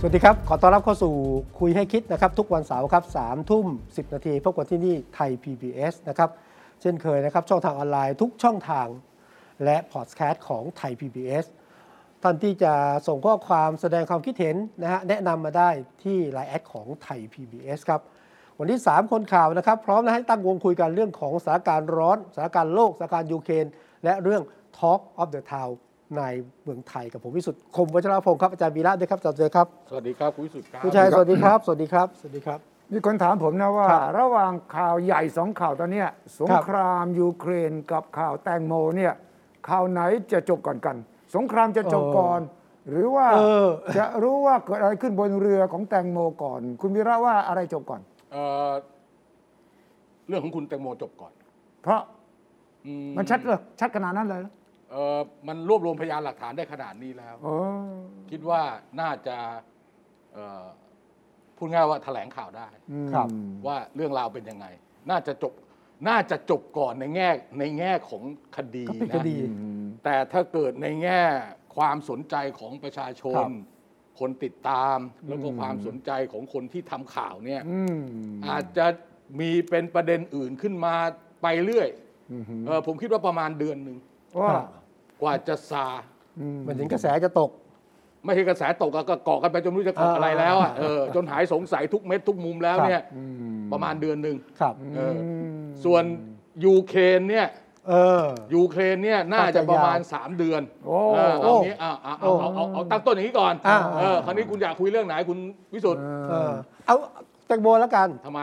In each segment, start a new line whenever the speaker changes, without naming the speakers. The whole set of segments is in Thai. สวัสดีครับ ขอต้อนรับเข้าสู่คุยให้คิดนะครับ ทุกวันเสาร์ครับสามทุ่มสินาทีพบกันที่นี่ไทย PBS นะครับ เช่นเคยนะครับ ช่องทางออนไลน์ทุกช่องทางและพอดแคสต์ของไทย PBS ท่านที่จะส่งข้อความแสดงความคิดเห็นนะฮะแนะนำมาได้ที่ไลน์แอดของไทย PBS ครับ วันนี้ 3 คนข่าวนะครับ พร้อมนะให้ตั้งวงคุยกันเรื่องของสถานการณ์ร้อนสถานการณ์โลกสถานการณ์ยูเครนและเรื่อง Talk of the Town ในเมืองไทยกับผมวิสุทธิ์คมวัชรพงศ์ครับอาจารย์วีระด้วยครับอาจารย์เจอครับ
สวัสดีครับคุณวิสุทธิ์ครับ
คุณชัยสวัสดีครับ สวัสดีครับ สวัสดีครับ
มีคนถามผมนะว่า
ครับ
ระหว่างข่าวใหญ่สองข่าวตอนเนี้ยสงครามยูเครนกับข่าวแตงโมเนี่ยข่าวไหนจะจบก่อนกัน สงครามจะจบก่อน หรือว่า
เออ
จะรู้ว่าเกิดอะไรขึ้นบนเรือของแตงโมก่อน คุณวีระว่าอะไรจบก่อน
เอ่อเรื่องของคุณแตงโมจบก่อน
เพราะ
อื
มันชัดเลยชัดขนาดนั้นเลยเหรอ
เอ่อมันรวบรวมพยานหลักฐานได้ขนาดนี้แล้ว
อ๋อ
คิดว่าน่าจะเอ่อพูดง่ายว่าแถลงข่าวได้
อืม
ครับ
ว่าเรื่องราวเป็นยังไง น่าจะจบ น่าจะจบก่อนในแง่ในแง่ของคดี
ก็เป็น
นะ
คดี
อืม
แต่ถ้าเกิดในแง่ความสนใจของประชาช
ครั
น
บ
คนติดตาม แล้วก็ความสนใจของคนที่ทำข่าวเนี่ย
อืม
อาจจะมีเป็นประเด็นอื่นขึ้นมาไปเรื่อยเออผมคิดว่าประมาณเดือนหนึ่ง
ว่า
กว่าจะซา
อืม
มันถึงกระแสจะตก
ไม่ใช่กระแสตกอะก็เกาะกันไปจนไม่รู้จะเกาะอะไรแล้วอะ
อ่า
เออจนหายสงสัยทุกเม็ดทุกมุมแล้วเนี่ย
ครับ
ประมาณเดือนหนึ่ง
ครับ
เออส่วนยูเครนเนี่ย
เออ
ยูเครนเนี่ยน่าจะประมาณ
น่าจะยาว
3 เดือน
โอ้
เออเอางี้เอาเอาเอาเอาเอาเอาตั้งต้นอย่างนี้ก่อน
อ่า
เออคราวนี้คุณอยากคุยเรื่องไหนคุณวิสุทธ์
เออ เอาแตงโมแล้วกัน
ทำไม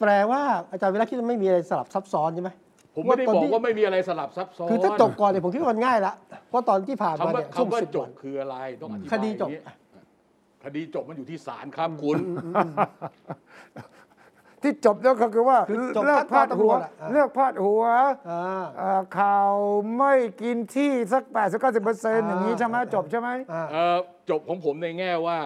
แปลว่าอาจารย์วิระคิดว่าไม่มีอะไรสลับซับซ้อนใช่ไหม
ผมไม่ได้บอก
ตนที่
ว่าไม่มีอะไรสลับซับซ้อน
คือถ้าจบก่อนเนี่ยผมคิดว่ามันง่ายละเพราะตอนที่ผ่านมา
คำว่า
เนี่ยช่วง
คำว่า
สิบ
จ
วัน
บคืออะไรต้องอธิบาย
คดีจบ
อย่างนี้คดีจบมันอยู่ที่ศาลครับคุณ
ที่จบแล้วก็คือว่า
คือจบ
เลิกพาดหัว
ขั้นตอนตำรวจอะอ่ะ
เลิกพาดหัว
อ่า
เอ่อข่าวไม่กินที่สัก 8 0 9 0 อย่างนี้ใช่ไหม
อ่า
จบใช่ไหม
อ่า
เอ่อจบของผมในแง่ว่า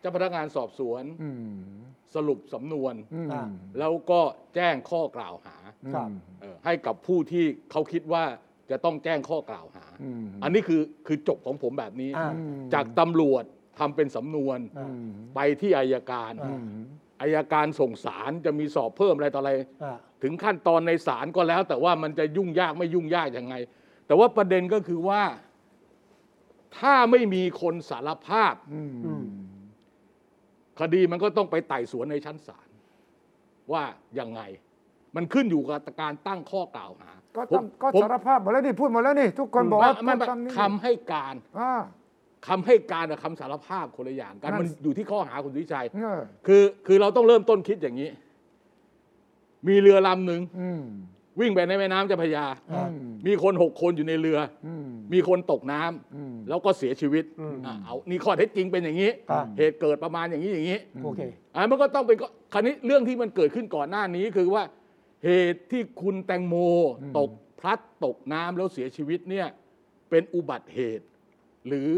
เจ้าพนักงานสอบสวน
อืม
สรุปสำนวน
อืม
อ่า
แล้วก็แจ้งข้อกล่าวหา
ครับ
เอ่อให้กับผู้ที่เขาคิดว่าจะต้องแจ้งข้อกล่าวหา
อืม
อันนี้คือคือจบของผมแบบนี้
อ่า
จากตำรวจทำเป็นสำนวน
อ่า
ไปที่อายการ
อ่า
อายการส่งสารจะมีสอบเพิ่มอะไรต่ออะไร
อ่า
ถึงขั้นตอนในศาลก็แล้ว แต่ว่ามันจะยุ่งยากไม่ยุ่งยากยังไง แต่ว่าประเด็นก็คือว่า ถ้าไม่มีคนสารภาพ
อืม
อืม
คดีมันก็ต้องไปไต่สวนในชั้นศาลว่ายังไง มันขึ้นอยู่กับการตั้งข้อกล่าวหา
ก็ต้อ
ผม
งก็
ผม
สารภาพหมดแล้วนี่พูดหมดแล้วนี่ ทุกคนบอกว่า
ไม่ไม่
พูดคำนี้
คำให้การ
อ่า
คำให้การกับคำสารภาพคนละอย่างกัน
นั่น
มันอยู่ที่ข้อหาคุณวิชัย
เออ
คือคือเราต้องเริ่มต้นคิดอย่างนี้ มีเรือลำหนึ่ง
อืม
วิ่งไปในแม่น้ำเจ้าพระยา
อ่า
มีคนหกคนอยู่ในเรือ
อืม
มีคนตกน้ำ
อืม
แล้วก็เสียชีวิต
อืม
อ่ะเอานี่ข้อเท็จจริงเป็นอย่างนี้
ครับ
เหตุเกิดประมาณอย่างนี้อย่างนี้
โอเค
อ่ะมันก็ต้องเป็นก็คราวนี้เรื่องที่มันเกิดขึ้นก่อนหน้านี้คือว่า เหตุที่คุณแตงโมตกพลัดตกน้ำแล้วเสียชีวิตเนี่ยเป็นอุบัติเหตุ หรือ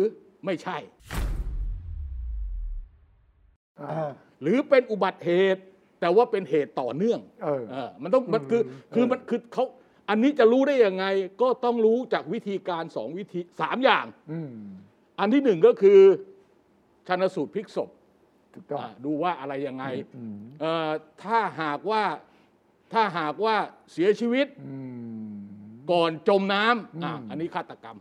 ไม่ใช่
อ่า
หรือเป็นอุบัติเหตุ แต่ว่าเป็นเหตุต่อเนื่อง
เออ
เออมันต้องมันคือคือมันคือเขาอันนี้จะรู้ได้ยังไงก็ต้องรู้จากวิธีการสองวิธีสามอย่าง
อืม
อันที่หนึ่งก็คือชันสูตรพลิกศพ
ถูกต้อง
อ่าดูว่าอะไรยังไงเอ่อถ้าหากว่าถ้าหากว่าเสียชีวิต
อืม
ก่อนจมน้ำอ่ะอันนี้ฆาตกรรม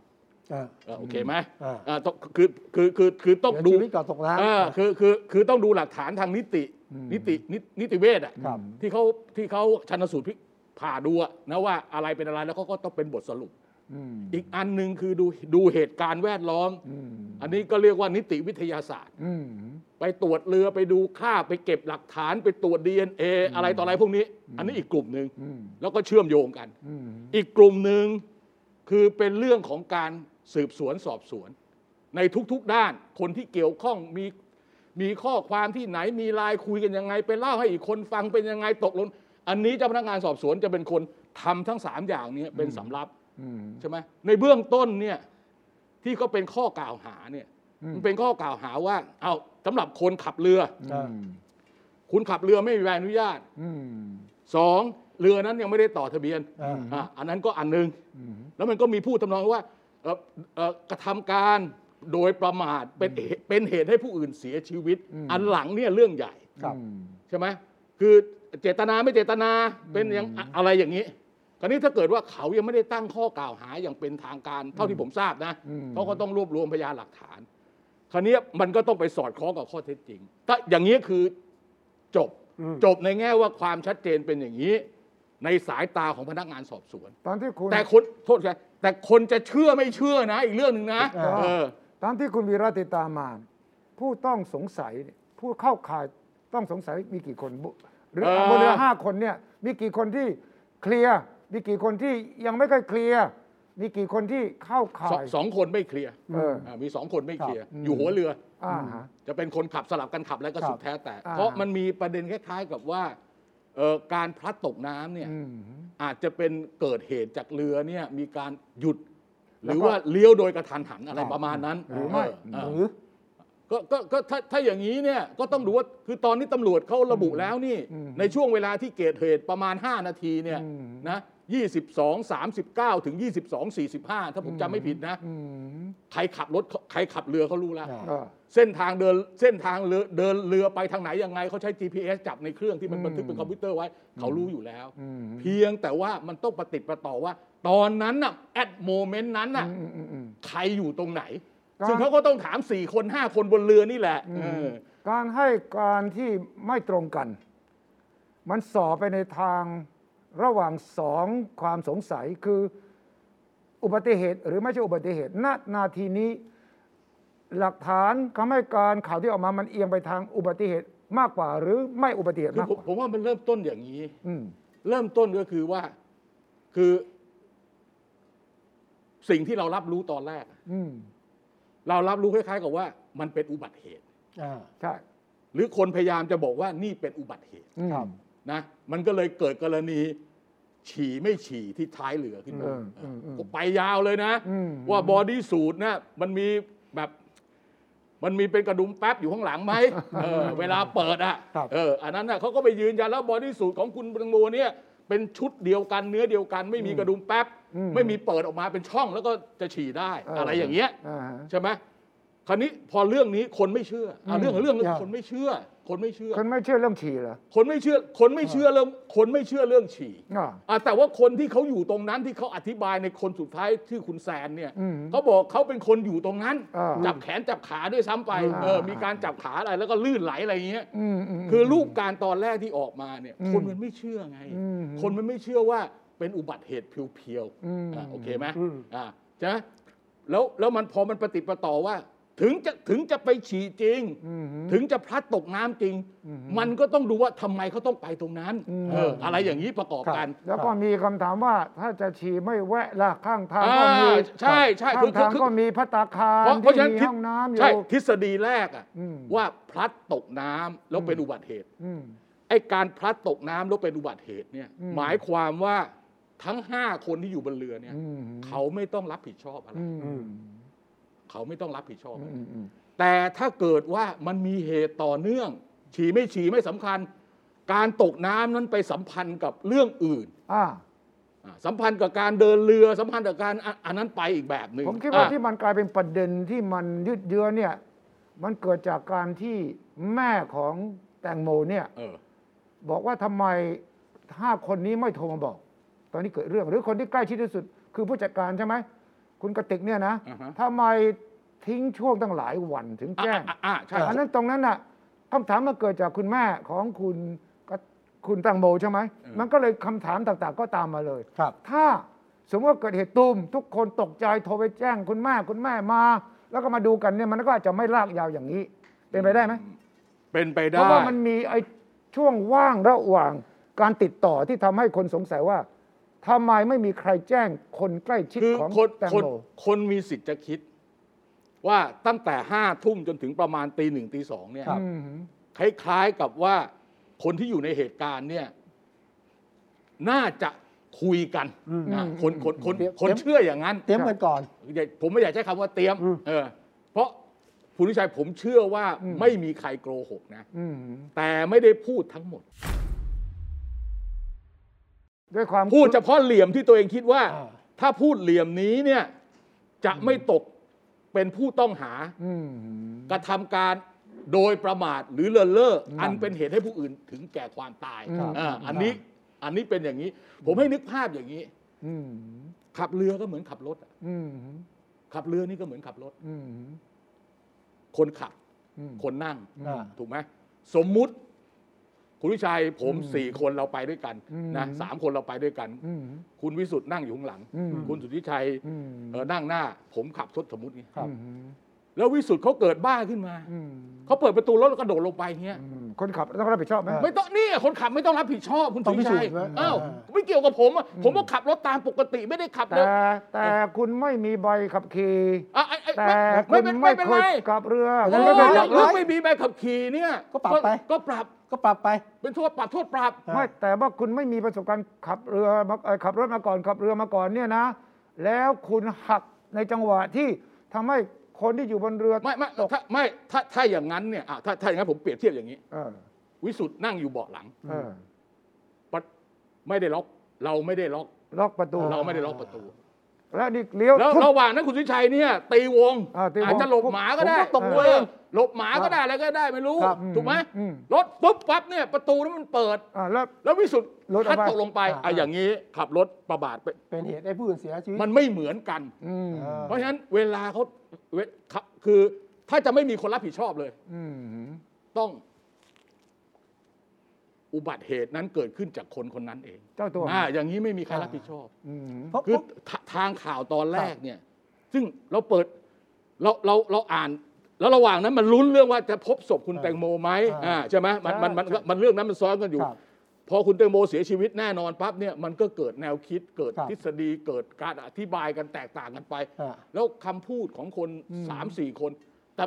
อ่า
เอ่อโอเคไหม
อ่า
เอ่อต้องคือคือคือคือต้อง
เสีย
ดู
ชีวิตก่อนตกน้ำ
เออคือคือคือต้องดูหลักฐานทางนิตินิตินินิติเวชอ่ะ
ครับ
ที่เขาที่เขาชันสูตรพลิกผ่าดูอะนะว่าอะไรเป็นอะไรแล้วเขาก็ต้องเป็นบทสรุป
อืม
อีกอันหนึ่งคือดูดูเหตุการณ์แวดล้อม
อืม
อันนี้ก็เรียกว่านิติวิทยาศาสตร์
อืม
ไปตรวจเรือไปดูค่าบไปเก็บหลักฐานไปตรวจ DNA อะไรต่ออะไรพวกนี้ อันนี้อีกกลุ่มหนึ่ง
อืม
แล้วก็เชื่อมโยงกัน
อืม
อีกกลุ่มหนึ่งคือเป็นเรื่องของการสืบสวนสอบสวน ในทุกๆด้านคนที่เกี่ยวข้องมี มีข้อความที่ไหนมีไลน์คุยกันยังไง ไปเล่าให้อีกคนฟังเป็นยังไงตกลงอันนี้เจ้าพนักงานสอบสวนจะเป็นคนทำทั้งสามอย่างเนี้เป็นสำรับ
อืม
ใช่ไหมในเบื้องต้นเนี่ยที่ก็เป็นข้อกล่าวหาเนี่ย
อืม
มันเป็นข้อกล่าวหาว่า เอาสำหรับคนขับเรือ
อ่า
คุณขับเรือไม่มีใบอนุญาต
อืม
สองเรือนั้นยังไม่ได้ต่อทะเบียน
อ่า
อ่ะอันนั้นก็อันหนึง
อืม
แล้วมันก็มีพูดทำนองว่าเอ่อเอ่อกระทำการโดยประมาทเป็นเหตุเป็นเหตุให้ผู้อื่นเสียชีวิต
อืม
อันหลังเนี่ยเรื่องใหญ่
ครับ
อืม
ใช่ไหมคือเจตนาไม่เจตนาเป็นอย่างอะอะไรอย่างนี้คราวนี้ถ้าเกิดว่าเขายังไม่ได้ตั้งข้อกล่าวหาอย่างเป็นทางการเท่าที่ผมทราบนะ
อืม
เขาก็ต้องรวบรวมพยานหลักฐาน คราวเนี้ยมันก็ต้องไปสอดคล้องกับข้อเท็จจริง ถ้าอย่างนี้คือจบ
อืม
จบในแง่ว่าความชัดเจนเป็นอย่างนี้ ในสายตาของพนักงานสอบสวน
ตอนที่คุณ
แต่คนโทษครับแต่คนจะเชื่อไม่เชื่อนะ อีกเรื่องหนึ่งนะ
ถูกต้อง
เออ
ตามที่คุณวีระติดตามมา ผู้ต้องสงสัยเนี่ยผู้เข้าข่ายต้องสงสัยมีกี่คนบุหรือ
เอ่อ
บนเรือห้าคนเนี่ยมีกี่คนที่เคลียร์มีกี่คนที่ยังไม่ค่อยเคลียร์มีกี่คนที่เข้าข่า
สอง
ย
สองคนไม่เคลียร์
เออ
อ่ามีสองคนไม่เคลียร์
ครับ
อยู่หัวเรือ
อ่าฮะ
จะเป็นคนขับสลับกันขับแล้วก็สุดแท้แต่
อ่า
เพราะมันมีประเด็นคล้าย ๆ กับว่าเอ่อการพลัดตกน้ำเนี่ย
อืม
อาจจะเป็นเกิดเหตุจากเรือเนี่ยมีการหยุด ห
แล้
รื
วก็
อว่าเลี้ยวโดยกระทันหันอะไร
ครับ
ประมาณนั้น
หรือไม่
เออ
ห
เอ
รือ อ
ก็ก็ก็ถ้าถ้าอย่างนี้เนี่ยก็ต้องดูว่าคือตอนนี้ตำรวจเขาระบุแล้วนี่
อืม
ในช่วงเวลาที่เกิดเหตุประมาณ 5 นาทีเนี่ย
อืม
นะ22 39 ถึง 22 45 ถ้าผมจำไม่ผิดนะ
อืม
ใครขับรถใครขับเรือเขารู้แล้ว
อ่า
เออ
เส้นทางเดินเส้นทางเรือเดินเรือไปทางไหนยังไงเขาใช้ GPS จับในเครื่องที่มันบันทึกเป็นคอมพิวเตอร์ไว้เขารู้อยู่แล้ว
อืม
เพียงแต่ว่ามันต้องประติดประต่อว่า ตอนนั้นน่ะแอดโมเมนต์นั้นน่ะ
อืมอืมอืม
ใครอยู่ตรงไหน
ก็
ซึ่งเขาก็ต้องถาม 4 คน 5 คนบนเรือนี่แหละเออ
การให้การที่ไม่ตรงกัน มันส่อไปในทางระหว่างสองความสงสัยคืออุบัติเหตุหรือไม่ใช่อุบัติเหตุณนาทีนี้ หลักฐานคำให้การข่าวที่ออกมามันเอียงไปทางอุบัติเหตุมากกว่า หรือไม่อุบัติเหตุ
คือ
มาก
ผมผม
กว่า
ว่ามันเริ่มต้นอย่างนี้
อืม
เริ่มต้นก็คือว่าคือ สิ่งที่เรารับรู้ตอนแรก
อืม
เรารับรู้คล้ายๆกับว่า มันเป็นอุบัติเหตุ
อ่า
ใช่
หรือคนพยายามจะบอกว่านี่เป็นอุบัติเหตุ
อืม
ครับ
นะมันก็เลยเกิดกรณี ฉี่ไม่ฉี่ที่ท้ายเรือขึ้นมา
เออเออเออ
ก็ไปยาวเลยนะ
อืม
ว่าบอดี้สูทนะมันมีแบบ มันมีเป็นกระดุมแป๊บอยู่ข้างหลังไหมเอ อ เวลาเปิดอ่ะ
ครับ
เอออันนั้นน่ะเขาก็ไปยืนยันแล้วบอดี้สูทของคุณตังโมเนี่ย เป็นชุดเดียวกันเนื้อเดียวกัน ไม่มีกระดุมแป๊บ ไม่มีเปิดออกมาเป็นช่องแล้วก็จะฉี่ได้ อะไรอย่างเงี้ย
อ่าฮะ
ใช่ไหมคราวนี้พอเรื่องนี้คนไม่เชื่ออ่ะเรื่องของเรื่อง
ครับ
คนไม่เชื่อ คนไม่เชื่อ
คนไม่เชื่อเรื่องฉี่เหรอ
คนไม่เชื่อ คนไม่เชื่อเรื่องคนไม่เชื่อเรื่องฉี่
อ่า
อ่ะแต่ว่าคนที่เขาอยู่ตรงนั้นที่เขาอธิบายในคนสุดท้ายชื่อคุณแซนเนี่ย
อืม
เขาบอกเขาเป็นคนอยู่ตรงนั้น
อ่า
จับแขนจับขาด้วยซ้ำไป
อ่า
เออมีการจับขาอะไรแล้วก็ลื่นไหลอะไรอย่างเงี้ย
อืมอืม
คือรูปการณ์ตอนแรกที่ออกมาเนี่ย
อืม
คนมันไม่เชื่อไง
อืม
คนมันไม่เชื่อว่าเป็นอุบัติเหตุเพียว
อืม
ๆอ่ะโอเคไหม
อืม
อ่ะใช่ไหมแล้วแล้วมันพอมันปฏิดประต่อว่า ถึงจะถึงจะไปฉี่จริง
อืม
ถึงจะพลัดตกน้ำจริง มันก็ต้องดูว่าทำไมเขาต้องไปตรงนั้น
อืม
เอออะไรอย่างนี้ประกอบกัน
แล้วก็มีคำถามว่าถ้าจะฉี่ไม่แวะล่ะข้างทาง
อ่า
ก็มี
ใช่ใช่
ข้า
คืองคือ
ทาง
คือ
ก็มีพัตตาคาร
เพราะเพราะฉะ
ที่
นั้นทฤ
มีห้องน้ำอ
ใช่
ยู่
ทฤษฎีแรกอะ
อืม
ว่าพลัดตกน้ำแล้วเป็นอุบัติเหตุ
อืม
ไอ้การพลัดตกน้ำแล้วเป็นอุบัติเหตุเนี่ย
อืม
หมายความว่าทั้ง 5 คนที่อยู่บนเรือเนี่ย
อืม
เขาไม่ต้องรับผิดชอบอะไร
อืมอืม
เขาไม่ต้องรับผิดชอบอะไร
อืมอืม
แต่ถ้าเกิดว่ามันมีเหตุต่อเนื่อง ฉี่ไม่ฉี่ไม่สำคัญ การตกน้ำนั้นไปสัมพันธ์กับเรื่องอื่น
อ่า
อ่าสัมพันธ์กับการเดินเรือสัมพันธ์กับการอ่ะอันนั้นไปอีกแบบหนึ่ง
ผมคิดว่า
อ่ะ
ที่มันกลายเป็นประเด็นที่มันยืดเยื้อเนี่ย มันเกิดจากการที่แม่ของแตงโมเนี่ย
เออ
บอกว่าทำไมห้าคนนี้ไม่โทรมาบอก ตอนนี้เกิดเรื่องหรือคนที่ใกล้ชิดที่สุด คือผู้จัดการใช่ไหมคุณกติกเนี่ยนะ
อ่าฮะ
ทำไมทิ้งช่วงตั้งหลายวันถึงแจ้ง
อ่ะอ่ะอ่ะใช่
อันนั้นตรงนั้นน่ะคำถามมันเกิดจากคุณแม่ของคุณก็คุณตังโมใช่ไหม มันก็เลยคำถามต่างๆ ก็ตามมาเลย
ครับ
ถ้าสมมติว่าเกิดเหตุตูมทุกคนตกใจโทรไปแจ้งคุณแม่คุณแม่มา แล้วก็มาดูกันเนี่ยมันก็อาจจะไม่ลากยาวอย่างนี้ เป็นไปได้ไหม
เป็นไป
เพ
ได้
ราะว่ามันมีไอ้ช่วงว่างระหว่างการติดต่อที่ทำให้คนสงสัยว่าทำไมไม่มีใครแจ้งคนใกล้ชิด
คือ
ของ
คน
แตง
คน
โม
คนมีสิทธิ์จะคิด ว่าตั้งแต่ห้าทุ่มจนถึงประมาณตีหนึ่งตีสองเนี่ย
ครับ
อืม
คล้ายๆกับว่าคนที่อยู่ในเหตุการณ์เนี่ย น่าจะคุยกัน
อืม
นะคนคนคน
เตรียม
คนเชื่ออย่างนั้น
เตรียมกันก่อน
อย่าผมไม่อยากใช้คำว่าเตรียม
อืม
เออ เพราะคุณวิชัยผมเชื่อว่าไม่มีใครโกหกนะ
อืม
แต่ไม่ได้พูดทั้งหมด
ด้วยความ
พูดเฉพาะเหลี่ยมที่ตัวเองคิดว่า
อ่า
ถ้าพูดเหลี่ยมนี้เนี่ย จะไม่ตกเป็นผู้ต้องหา
อืม
กระทำการโดยประมาทหรือเลินเล่อออันเป็นเหตุให้ผู้อื่นถึงแก่ความตาย
ครับ
อ่าอันนี้อันนี้เป็นอย่างนี้ ผมให้นึกภาพอย่างนี้
อืม
ขับเรือก็เหมือนขับรถอะ
อืม
ขับเรือนี่ก็เหมือนขับรถ
อืม
คนขับ
อืม
คนนั่ง
อ่า
ถูกไหมสมมุติ คุณวิชัยผมสี่คนเราไปด้วยกัน
อืม
นะสามคนเราไปด้วยกัน
อืม
คุณวิสุทธ์นั่งอยู่ข้างหลัง
อืม
คุณสุทธิชัย
อืม
เอ่อนั่งหน้า ผมขับรถสมมติไง
ครับ
อืม
แล้ววิสุทธ์เขาเกิดบ้าขึ้นมา
อืม
เขาเปิดประตูรถแล้วกระโดดลงไปเงี้ย
อืมคนขับต้องรับผิดชอบไหม
ไม่ต้องนี่คนขับไม่ต้องรับผิดชอบคุณ
ต้
สุ
อ
ท
ง
ธิ
พิสู
ชั
จ
ย
น์ว่า
อ้าว
อ่า
ไม่เกี่ยวกับผมอะผมก็ขับรถตามปกติไม่ได้ขับเร็
แต่
ว
แต่คุณไม่มีใบขับขี่
อ่ะไอ้ไอ้
แต่
ไม่
คุ
ไม่
ณ
เป็น
ไม่
ไม่เป็น
เค
ไร
ยขับเรือ
โอ้
คุณ
ย
ไม่
หร
ห
เคย
อ
ขั
ก
บ
หรก
รื
เรือ
อไม่มีใบขับขี่เนี่ย
ก็ปรับไป
ก็ปรับ
ก็ปรับไป
เป็นโทษปรับโทษปรับ
อ่ะ
ไม่แต่ว่าคุณไม่มีประสบการณ์ขับเรือมาเอ่อขับรถมาก่อนขับเรือมาก่อนเนี่ยนะ แล้วคุณหักในจังหวะที่ทำให้คนที่อยู่บนเรือ
ไม่ไม่
ตก
ถ้าไม่ถ้าถ้าอย่างนั้นเนี่ยอ่ะถ้าถ้าอย่างนั้นผมเปรียบเทียบอย่างนี้
เออ
วิสุทธ์นั่งอยู่เบาะหลัง
เออ
ปะไม่ได้ล็อก เราไม่ได้ล็อก
ล็อกประตู
เราไม่ได้ล็อกประตู
แล้วนี่เลี้ยว
แล้ว
ทุบ
ระหว่างนั้นคุณสุชัยเนี่ย ตีวง
อ่าตีวง
อาจจะหลบหมาก็ได้
ผมก็ตบมื
เอ
อเอ
อง หลบหมาก็ได้อะไรก็ได้ไม่รู้
ครับ
อืม
ถูกไหม
อืม
รถปุ๊บปั๊บเนี่ยประตูนั้นมันเปิด
อ่าแล้ว
แล้ววิสุทธ์
รถ
พัด
ออกไป
ตกลงไปอ่ะอย่างนี้ขับรถประบาทไป
เป็นเหตุให้ผู้อื่นเสียชีวิต
มันไม่เหมือนกัน
อืม
เออ
เพราะฉะนั้นเวลาเขาเวครับคือถ้าจะไม่มีคนรับผิดชอบเลย
อืม
ต้อง อุบัติเหตุนั้นเกิดขึ้นจากคนคนนั้นเอง
เจ้าตัว
อ่าอย่างนี้ไม่มีใคร
อ่า
รับผิดชอบ
อืม
เพราะ
คือ
เพราะ
ททางข่าวตอนแรกเนี่ย ซึ่งเราเปิดเราเราเราอ่าน แล้วระหว่างนั้นมันลุ้นเรื่องว่าจะพบศพคุณ
อ่า
แตงโมไหม
อ่า
อ่าใช่ไหมมันมันมัน
ใช่
มันเรื่องนั้นมันซ้อนกันอยู่
ครับ
พอคุณแตงโมเสียชีวิตแน่นอนปั๊บเนี่ยมันก็เกิดแนวคิดเกิด
ครับ
ทฤษฎีเกิดการอธิบายกันแตกต่างกันไป
อ่ะ
แล้วคำพูดของคนสามสี่คน แต่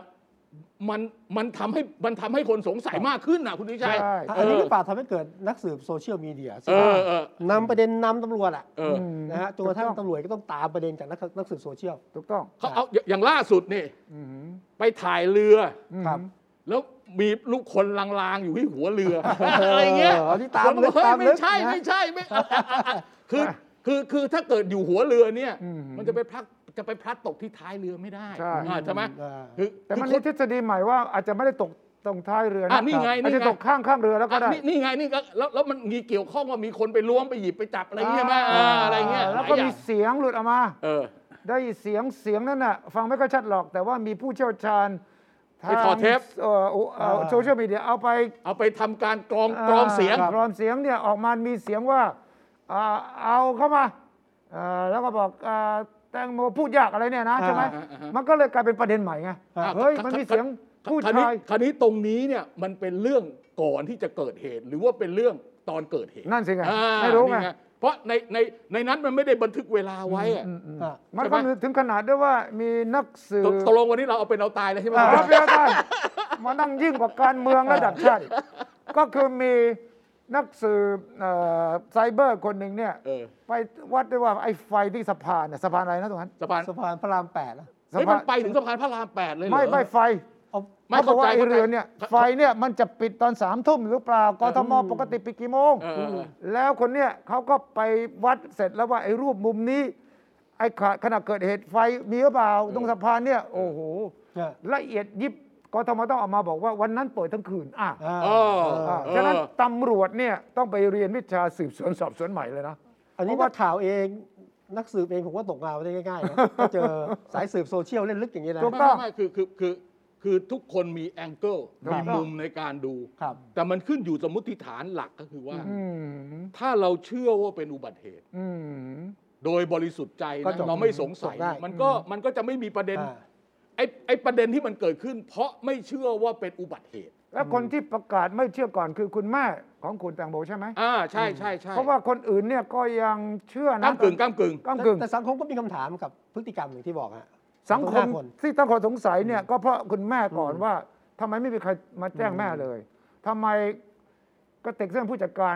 มันมันทำให้มันทำให้คนสงสัยมากขึ้นนะคุณทิชัย
ใช่
อันนี้หรือเปล่าทำให้เกิดนักสืบโซเชียลมีเดีย
เออเออน
ำประเด็นนำตำรวจอ่ะ
เออ
ม
นะฮะจนกระทั่งตำรวจก็ต้องตามประเด็นจากนักนักสืบโซเชียล
ถูกต้อง
เขาเอาอย่างล่าสุดนี่
อืม
ไปถ่ายเรือ
ครับ
แล้วมีลูกคนลางๆ อยู่ที่หัวเรือ อะไรเงี้ย
เอออันนี้ตาม
คนบอก
ลึ
เฮ้ย
กตามลึ
ไม่
ก
ใช่
นะ
ไม่ใช่ไม่อ่ะอ่ะอ่ะอ่ะคือคือคือถ้าเกิดอยู่หัวเรือเนี่ย มันจะไปพลัดจะไปพลัดตกที่ท้ายเรือไม่ได้
ใช่
อ่ะใช่ไหม
อ่า
คือ
แต่มัน
คือ
มี
คน
ทฤษฎีใหม่ว่าอาจจะไม่ได้ตกตรงท้ายเรือนะ
อ่ะนี่ไงนี่ไง
อาจจะตกข้างข้างเรือแล้วก็
อ่ะ
ได้
นี่นี่ไงนี่ก็แล้วแล้วมันมีเกี่ยวข้องว่ามีคนไปล้วงไปหยิบไปจับอะไรเงี้ยไหมอ่าอะไรเงี้ย
แล้ว
หาย
ก็
อย่า
มี
ง
เสียงหลุดออกมา
เออ
ได้เสียงเสียงนั้นน่ะฟังไม่ค่อยชัดหรอก แต่ว่ามีผู้เชี่ยวชาญ
ไปถอดเทป
เอ่อเอ่อโซเชียลมีเดียเอาไป
เอาไปทำการกรองกรองเสียง
ากรองเสียงเนี่ยออกมา มีเสียงว่าอ่าเอาเข้ามาเอ่อแล้วก็บอกอ่าแตงโมพูดยากอะไรเนี่ยนะใช่ไหม
อ่าอ่าอ่ามั
มันก็เลยกลายเป็นประเด็นใหม่ไง
อ่า
เฮ้ยมันมีเสียงผู้
คราวนี้
ชาย
คราวนี้ตรงนี้เนี่ยมันเป็นเรื่องก่อนที่จะเกิดเหตุ หรือว่าเป็นเรื่องตอนเกิดเหตุ
นั่นสิไง
อ่า
ไม่รู้ไง
นี่เพราะในในในนั้นมันไม่ได้บันทึกเวลาไว้อะ
อ่ะ
มันก็
ใช่ไหม
ถึงขนาดด้วยว่ามีนักสื่อ
ตกตกลงวันนี้เราเอาเป็นเอาตายเลยใช่ไหม
อ่าครับพี่อาจารย์มานั่งยิ่งกว่าการ เมืองระดับชาติอีกก็คือมีนักสื่อเอ่อไซเบอร์คนหนึ่งเนี่ย
เออ
ไปวัดได้ว่าไอ้ไฟที่สะพานเนี่ยสะพานอะไรนะตรงนั้น
สะพาน
สะพานพระรามแปดนะ
สะ
เฮ้ย
พา
มัน นไปถึงสะพานพระรามแปดเลยเหรอ
ไม่ไม่ไฟ
เอา
ไม่
เขาบอกว่า
เข้าใจ
ไอ้เรือเนี่ย
เข้าใจ
ไฟเนี่ยมันจะปิดตอนสามทุ่มหรือเปล่ากทมปกติปิดกี่โมง
เออเออเออ
แล้วคนเนี่ยเขาก็ไปวัดเสร็จแล้วว่าไอ้รูปมุมนี้ไอ้ขะขณะเกิดเหตุไฟมีหรือเปล่าตรงสะพานเนี่ยโอ้โห
เนี่ย
ละเอียดยิบกทมต้องออกมาบอกว่าวันนั้นเปิดทั้งคืนอ่ะ
อ่า
เออ
เออ
อ่ะ
เ
ฉะนั้นตำรวจเนี่ยต้องไปเรียนวิชาสืบสวนสอบสวนใหม่เลยนะ
อันนี้นักข่าวเองนักสืบเองผมว่าตกงานไม่ได้ง่ายๆนะถ้าเจอสายสืบโซเชียลเล่นลึกอย่างนี้นะ
ถูก
ไม่ไม่ไม่คือคือคือคือทุกคนมีแองเกิล
ครับ
มีมุมในการดู
ครับ
แต่มันขึ้นอยู่สมมติฐานหลักก็คือว่า
อืม
ถ้าเราเชื่อว่าเป็นอุบัติเหตุ
อืม
โดยบริสุทธิ์ใจ
ก็
นะ
จบ
เราไม่สงสัย
จบได้
มันก็มันก็จะไม่มีประเด็น
อ่า
ไอ้ไอ้ประเด็นที่มันเกิดขึ้น เพราะไม่เชื่อว่าเป็นอุบัติเหตุ
และคนที่ประกาศไม่เชื่อก่อนคือคุณแม่ของคุณแตงโมใช่ไหม
อ่าใช่ใช่ใช่
เพราะว่าคนอื่นเนี่ยก็ยังเชื่อนะ
ก้ามกึ่งก้ามกึ่ง
ก้ามกึ่ง
แต่สังคมก็มีคำถามกับพฤติกรรมอย่างที่บอกฮะ
สังค
ห้าม คน
ที่ตั้งข้อสงสัยเนี่ยก็เพราะคุณแม่ก่อนว่าทำไมไม่มีใครมาแจ้งแม่เลยทำไมกระติกเส้นผู้จัดการ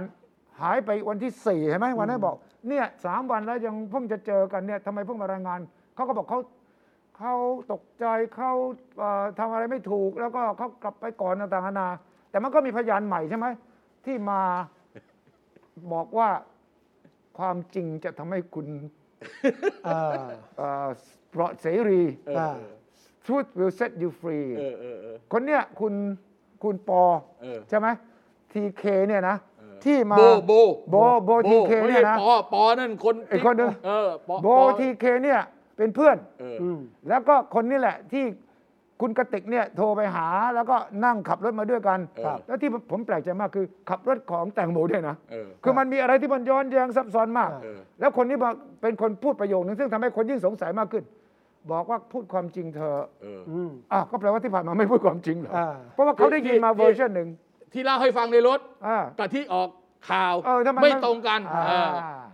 หายไปวันที่สี่ใช่ไหมวันนั้นบอกเนี่ยสามวันแล้วยังเพิ่งจะเจอกันเนี่ยทำไมเพิ่งมารายงานเขาก็บอกเขาเขาตกใจเขาเอ่อทำอะไรไม่ถูก แล้วก็เขากลับไปก่อนต่างๆนานาแต่มันก็มีพยานใหม่ใช่ไหมที่มาบอกว่าความจริงจะทำให้คุณ
อ่า
เอ่อปลอดเสรี
เออ
อ่า
Truth will set you free
เออเออเออ
คนเนี้ยคุณคุณปอ
เออ
ใช่ไหมทีเคเนี่ยนะ ที่มา
โบโบ
โบโบ TK
ไม่
เนี่
ใช่
ยนะ
ปอปอนั่นคน
ไอ้คนหนึ่ง
เออปอป
โบ
อ
ทีเคเนี่ยเป็นเพื่อน
เออ
อืม
แล้วก็คนนี้แหละที่คุณกระติกเนี่ยโทรไปหาแล้วก็นั่งขับรถมาด้วยกัน
ครับ
แล้วที่ผมแปลกใจมากคือขับรถของแตงโมด้วยนะ
เออ
คือมันมีอะไรที่มันย้อนแย้งซับซ้อนมาก
เออ
แล้วคนนี้มาเป็นคนพูดประโยคนึงซึ่งทำให้คนยิ่งสงสัยมากขึ้น บอกว่าพูดความจริงเธอะ
เออ
อืม
อ้าวก็แปลว่าที่ผ่านมาไม่พูดความจริงเหรอ
อ่า
เพราะว่าเขาได้ยินมา
ที่
เวอร์ชันหนึ่ง
ที่เล่าให้ฟังในรถ
อ่า
กับที่ออกข่าว
เออทำไม
ไม่
มัน
ตรงกัน
อ่า
เออ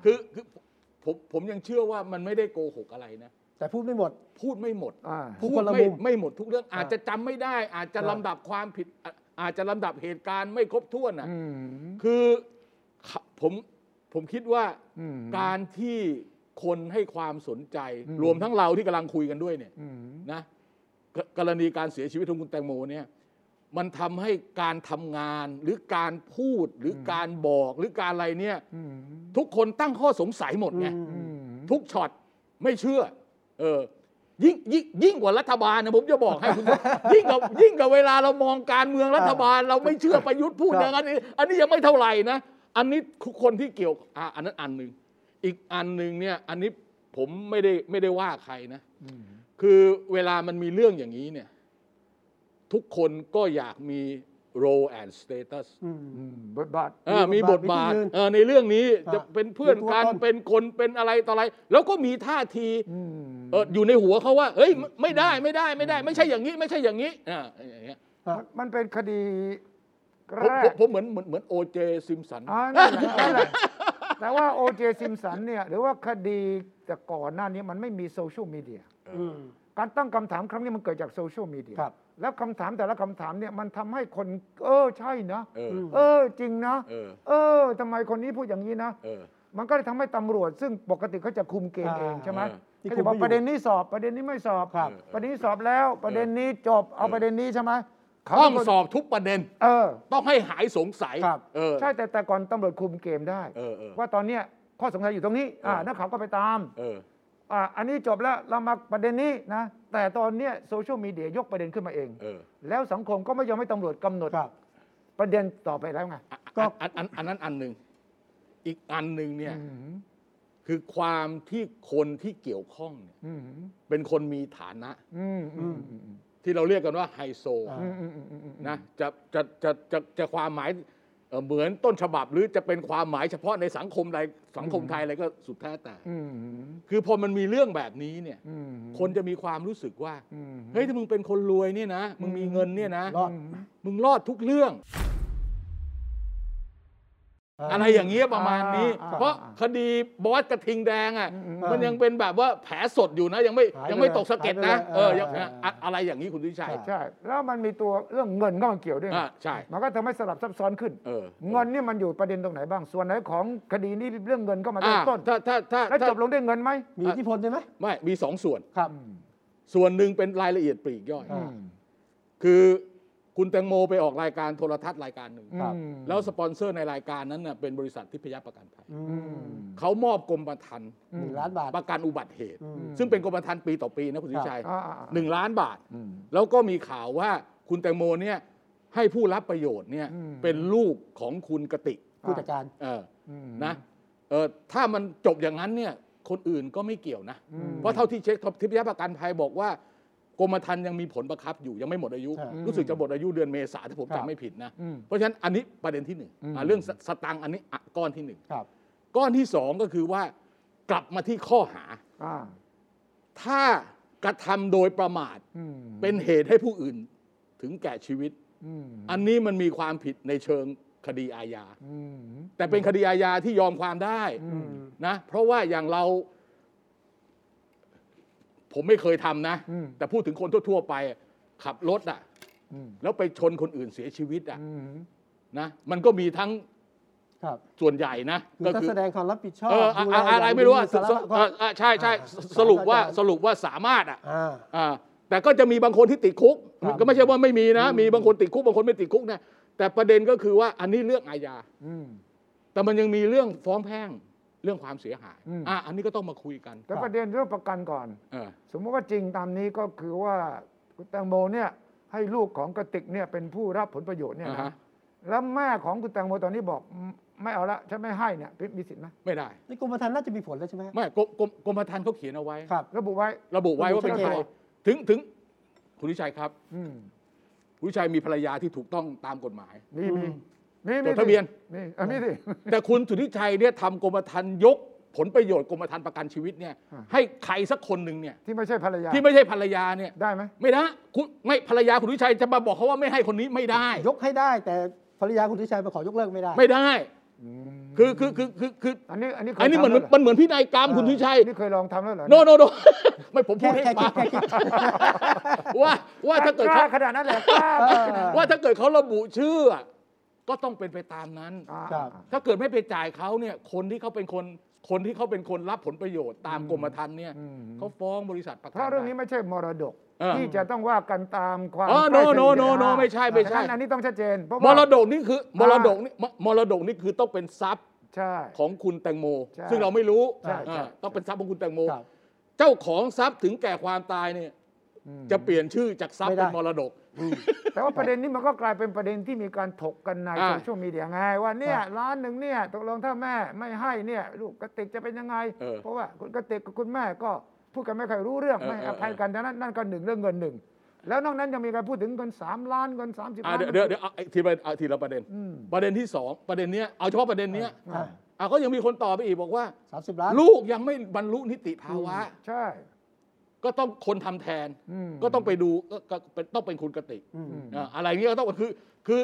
คือคือผมผมยังเชื่อว่ามันไม่ได้โกหกอะไรนะ
แต่พูดไม่หมด
พูดไม่หมด
อ่า
พูด
พูด
คนละ
ไม่
มุม
ไม่หมดทุกเรื่อง อาจจะจำไม่ได้ อาจจะ
ใช่
ลำดับความผิดอ่ะอาจจะลำดับเหตุการณ์ไม่ครบถ้วนอ่ะ
อืม
คือขะผมผมคิดว่า
อืม
การที่คนให้ความสนใจ
อืม
รวมทั้งเราที่กำลังคุยกันด้วยเนี่ย
อืม
นะกกรณีการเสียชีวิตของคุณแตงโมเนี่ยมันทำให้การทำงานหรือการพูดหรือการบอกหรือการอะไรเนี่ย
อืม
ทุกคนตั้งข้อสงสัยหมดไง
อืม
อืม
ทุกช็อตไม่เชื่อ เออ ยิ่งยิ่งยิ่งกว่ารัฐบาลนะผมจะ บอกให้คุณผู้ชม ยิ่งกับยิ่งกับเวลาเรามองการเมืองรัฐบาล เราไม่เชื่อประยุทธ์พูด
ครับ
อย่างนั้นอีกอันนี้ยังไม่เท่าไหร่นะ อันนี้ทุกคนที่เกี่ยวอ่ะอันนั้นอันหนึ่งอีกอันหนึ่งเนี่ยอันนี้ผมไม่ได้ไม่ได้ว่าใครนะ คือเวลามันมีเรื่องอย่างนี้เนี่ย ทุกคนก็อยากมี role and status
อืม
อืมบทบาท
เออมีบทบาท
มีบทบาทมีที่ยืน
เออในเรื่องนี้จะ
อ่ะ
เป็นเพื่อนกัน
มีตัวตน
เป็นคนเป็นอะไรต่ออะไร แล้วก็มีท่าที
อืม
เอออยู่ในหัวเขาว่า เฮ้ยไม่ไม่ได้ไม่ได้ไม่ได้ ไม่ใช่อย่างนี้ ไม่ใช่อย่างนี้อ่าอย่างเงี้ย
อ่ะ
มันเป็นคดี
ผ
แร
มผม
ก
ผมเหมือนเหมือนเหมือนโอเจซิมสัน
อ่านั่นแหละนั่นแหละแต่ว่าโอเจซิมสันเนี่ย หรือว่าคดีแต่ก่อนหน้านี้มันไม่มีโซเชียลมีเดีย
อืม
การตั้งคำถามครั้งนี้มันเกิดจากโซเชียลมีเดีย
ครับ
แล้วคำถามแต่ละคำถามเนี่ยมันทำให้คน เออใช่นะ
เออ
เออจริงนะ
เออ
เออทำไมคนนี้พูดอย่างนี้นะ
เออ
มันก็เลยทำให้ตำรวจซึ่งปกติเขาจะคุมเกมเอง
อ่า
ใช่ไหม
เออ
ที่
เขา
คุม
จะบอก
ไม่อยู่
ประเด็นนี้สอบประเด็นนี้ไม่สอบ
ครับ
เออ
ประเด็นนี้สอบแล้ว ประเด็นนี้จบเอา
เออ
ประเด็นนี้ใช่ไหมเขา
ต้อง
เป็นคน
สอบทุกประเด็น
เออ
ต้องให้หายสงสัย
ครับ
เออ
ใช่แต่แต่ก่อนตำรวจคุมเกมได้
เออเออ
ว่าตอนเนี้ยข้อสงสัยอยู่ตรงนี้อ่า
เออ
นักข่าวก็ไปตาม
เออ
อ่าอันนี้จบแล้วเรามาประเด็นนี้นะ แต่ตอนเนี้ยโซเชียลมีเดียยกประเด็นขึ้นมาเอง
เออ
แล้วสังคมก็ไม่ยอมให้ตำรวจกำหนด
ครับ
ประเด็นต่อไปแล้วไง
อ่ะ
ก็
อันอันอันนั้นอันหนึ่งอีกอันหนึ่งเนี่ย
อืม
คือความที่คนที่เกี่ยวข้องเนี่ย
อืม
เป็นคนมีฐานะ
อืมอืมอืม
ที่เราเรียกกันว่าไฮโซ
อ่า
อืมอืมอืมอืมอืมอืม
นะจะจะจะจะจะความหมายเอ่อเหมือนต้นฉบับหรือจะเป็นความหมายเฉพาะในสังคมใดสังคมไทยอะไรก็สุดแท้แต่
อืม
คือพอมันมีเรื่องแบบนี้เนี่ย
อืม
คนจะมีความรู้สึกว่า
อืม
เฮ้ยถ้ามึงเป็นคนรวยเนี่ยนะมึงมีเงินเนี่ยนะ
รอด
มึงรอดทุกเรื่อง
า
อะไรอย่างเงี้ยประมาณนี้
อ่า
เพราะ
อ่า
คดีบอสกระทิงแดงอ่ะ
อืม
มันยังเป็นแบบว่าแผลสดอยู่นะ ยังไม่
หายไป
ยังไม่
เลย
ตกสะเก็ด
หา
นะ
ยไปเลย
เออยัง
อ่า
อะอะไรอย่างนี้คุณทิชัย
อ่า
ใช่ แล้วมันมีตัวเรื่องเงินก็มาเกี่ยวด้วยไง
อ่าใช่
มันก็ทำให้สลับซับซ้อนขึ้น
เออ
เงินเนี่ยมันอยู่ประเด็นตรงไหนบ้าง ส่วนไหนของคดีนี้เรื่องเงินก็มา
อ่า
เริ่มต้น
ถ้าถ้าถ้า
แล้ว
ถ้า
จบลงด้วยเงินไหม
มีอิทธิพลใช่ไหม
ไม่มีสองส่วน
ครับ
ส่วนหนึ่งเป็นรายละเอียดปลีกย่อย
อ่า
คือคุณแตงโมไปออกรายการโทรทัศน์รายการหนึ่ง
ครับ
อืม
แล้วสปอนเซอร์ในรายการนั้นน่ะเป็นบริษัททิพยประกันภัย
อื
อื
ม
ม
เขามอบกรมธรรม์
หนึ่งล้านบาท
ประกันอุบัติเหตุ
อืม
ซึ่งเป็นกรมธรรม์ปีต่อปีนะคุณสุชัย
อ่าอ่าอ่า
หนึ่งล้านบาท
อืม
แล้วก็มีข่าวว่าคุณแตงโมเนี่ยให้ผู้รับประโยชน์เนี่ย
อืม
เป็นลูกของคุณกติก
ผู้จัดการ
เออ
อืม
นะเออถ้ามันจบอย่างนั้นเนี่ยคนอื่นก็ไม่เกี่ยวนะ
อืม
เพราะเท่าที่เช็คทบทิพยประกันภัยบอกว่า กรมธรรม์ยังมีผลบังคับอยู่ยังไม่หมดอายุ
อ่า
รู้สึกจะหมดอายุเดือนเมษาถ้าผม
ครับ
จำไม่ผิดนะ
อืม
เพราะฉะนั้นอันนี้ประเด็นที่หนึ่ง
อืม
อ่าเรื่องสสตังค์อันนี้อ่ะก้อนที่หนึ่ง
ครับ
ก้อนที่สองก็คือว่ากลับมาที่ข้อหา
อ่า
ถ้ากระทำโดยประมาท
อืม
เป็นเหตุให้ผู้อื่นถึงแก่ชีวิต
อืม
อันนี้มันมีความผิดในเชิงคดีอาญา
อืม
แต่เป็นคดีอาญาที่ยอมความได้
อืม
นะ เพราะว่าอย่างเรา ผมไม่เคยทำนะ
อืม
แต่พูดถึงคนทั่วๆไปอะขับรถอ่ะ
อืม
แล้วไปชนคนอื่นเสียชีวิตอ่ะ
อืม
นะมันก็มีทั้ง
ครับ
ส่วนใหญ่นะ
คือถ้าแสดงความรับผิดชอบ
เออ
ดูแล
อะอะไร
ย่าง
ไม่รู้อ่ะ
ดีสาระก็
เออเออใช่ใช่
อ่า
สรุปว่า
สารอาจารย์
สรุปว่าสามารถอ่ะ
อ่า
อ่าแต่ก็จะมีบางคนที่ติดคุก
ครับ
ก็ไม่ใช่ว่าไม่มีนะ มีบางคนติดคุก บางคนไม่ติดคุกนะแต่ประเด็นก็คือว่าอันนี้เรื่องอาญา
อืม
แต่มันยังมีเรื่องฟ้องแพ่งเรื่องความเสียหาย
อืม
อ่ะอันนี้ก็ต้องมาคุยกัน
แต่ประเด็นเรื่องประกันก่อน
เออ
สมมติว่าจริงตามนี้ก็คือว่าคุณแตงโมเนี่ยให้ลูกของกระติกเนี่ยเป็นผู้รับผลประโยชน์เนี่ย
อ่า
นะ
ฮะ
แล้วแม่ของคุณแตงโมตอนนี้บอกอืมไม่เอาละฉันไม่ให้เนี่ยพี่มีสิทธิ์ไหม
ไม่ได้
นี่กรมธรรม์น่าจะมีผลแล้วใช่ไหม
ไม่กรมกรมกรมธรรม์เขาเขียนเอาไว้
ครับ
ระบุไว้
ระบุไว้ว่าเป็น
ระบุชั
ใค
ดเจ
ร
น
ถึงถึงคุณวิชัยครับ
อืม
คุณวิชัยมีภรรยาที่ถูกต้องตามกฎหมาย
มีมีมี
จ
มี
ดทะเบียน
มีเออมีสิ
แต่คุณสุทธิชัยเนี่ยทำกรมธรรม์ยก ผลประโยชน์กรมธรรม์ประกันชีวิตเนี่ย
อ่า
ให้ใครสักคนหนึ่งเนี่ย
ที่ไม่ใช่ภรรยา
ที่ไม่ใช่ภรรยาเนี่ย
ได้ไหม
ไม่ได้คุณไม่ภรรยาคุณวิชัยจะมาบอกเขาว่าไม่ให้คนนี้ไม่ได้
ยกให้ได้แต่ภรรยาคุณทิชัยไปขอยกเลิกไม่ได้
ไม่ได้
อืม
คือคือคือคือคือ
อันนี้อันนี้เคย
อันนี้เหมือน
ทำแล้ว
มันเหมือนพินัยกรรม
เออ
คุณวิชัย
อันนี้เคยลองทำแล้วเหรอ
โนโนโน ไม่ผมพู
แค่
ดให้
แค่
ฟั
คิ
ง
ดแค่คิด
ว่าว่าถ้าเกิด
กล้
เขา
ขนาดนั้นเลยกล้า
เออ
ว่าถ้าเกิดเขาระบุชื่ออะก็ต้องเป็นไปตามนั้น
อ่า
ครับ
ถ้าเกิดไม่ไปจ่ายเขาเนี่ยคนที่เขาเป็นคนคนที่เขาเป็นคนรับผลประโยชน์ตามกรมธรรม์เนี่ย
อืม
เขาฟ้องบริษัทประกัน
เพราะเรื่องนี้
ได้
ไม่ใช่มรดก
เออ
ที่จะต้องว่ากันตามความ
อ๋อ
ใกล้สท
โนโนโนโน
อ่า
ไม่ใช่ไม่ใช่
ฉะนั้นอันนี้ต้องชัดเจนเพราะ
ม
ว่าม
รดกนี่คือมรดกนี่มมรดกนี่คือต้องเป็นทรัพย์
ใช่
ของคุณแตงโม
ใช่
ซึ่งเราไม่รู้
ใช่ใช่
อ่าต้องเป็นทรัพย์ของคุณแตงโม
ครับ
เจ้าของทรัพย์ถึงแก่ความตายเนี่ย
อืม
จะเปลี่ยนชื่อจากทรัพย์
ไม่ได้
เป็นมรดก
แต่ว่าประเด็นนี้มันก็กลายเป็นประเด็นที่มีการถกกันใน
อ่า
โซเชียลมีเดียไงว่าเนี่ย
ครับ
ร้านหนึ่งเนี่ยตกลงถ้าแม่ไม่ให้เนี่ยลูกกติกจะเป็นยังไง
เออ
เพราะว่าคุณกติกกับคุณแม่ก็พูดกันไม่ค่อยรู้เรื่อง
เออ
ไม่ให้
เอ
อ
อ
ภัยกันดังนั้นนั่นก็หนึ่งเรื่องเงินหนึ่งแล้วนอกนั้นยังมีการพูดถึงเงินสามล้านเงินสามสิบ
อ่า
ล้าน
เดี๋ยวเดี๋ยวเดี๋ยวเอาไอ้ทีละเอาทีละประเด็น
อืม
ประเด็นที่สองประเด็นเนี้ยเอาเฉพาะประเด็นเนี้ย
อ่ะ
อ่ะก็ยังมีคนต่อไปอีกบอกว่า
สามสิบล้าน
ลูกยังไม่บรรลุนิติภาวะ
ใช่
ก็ต้องคนทำแทน
อืม
ก็ต้องไปดูก็ก็เป็นต้องเป็นคุณกติก
อืม
อ่ะอะไรเงี้ยก็ต้องคือคือ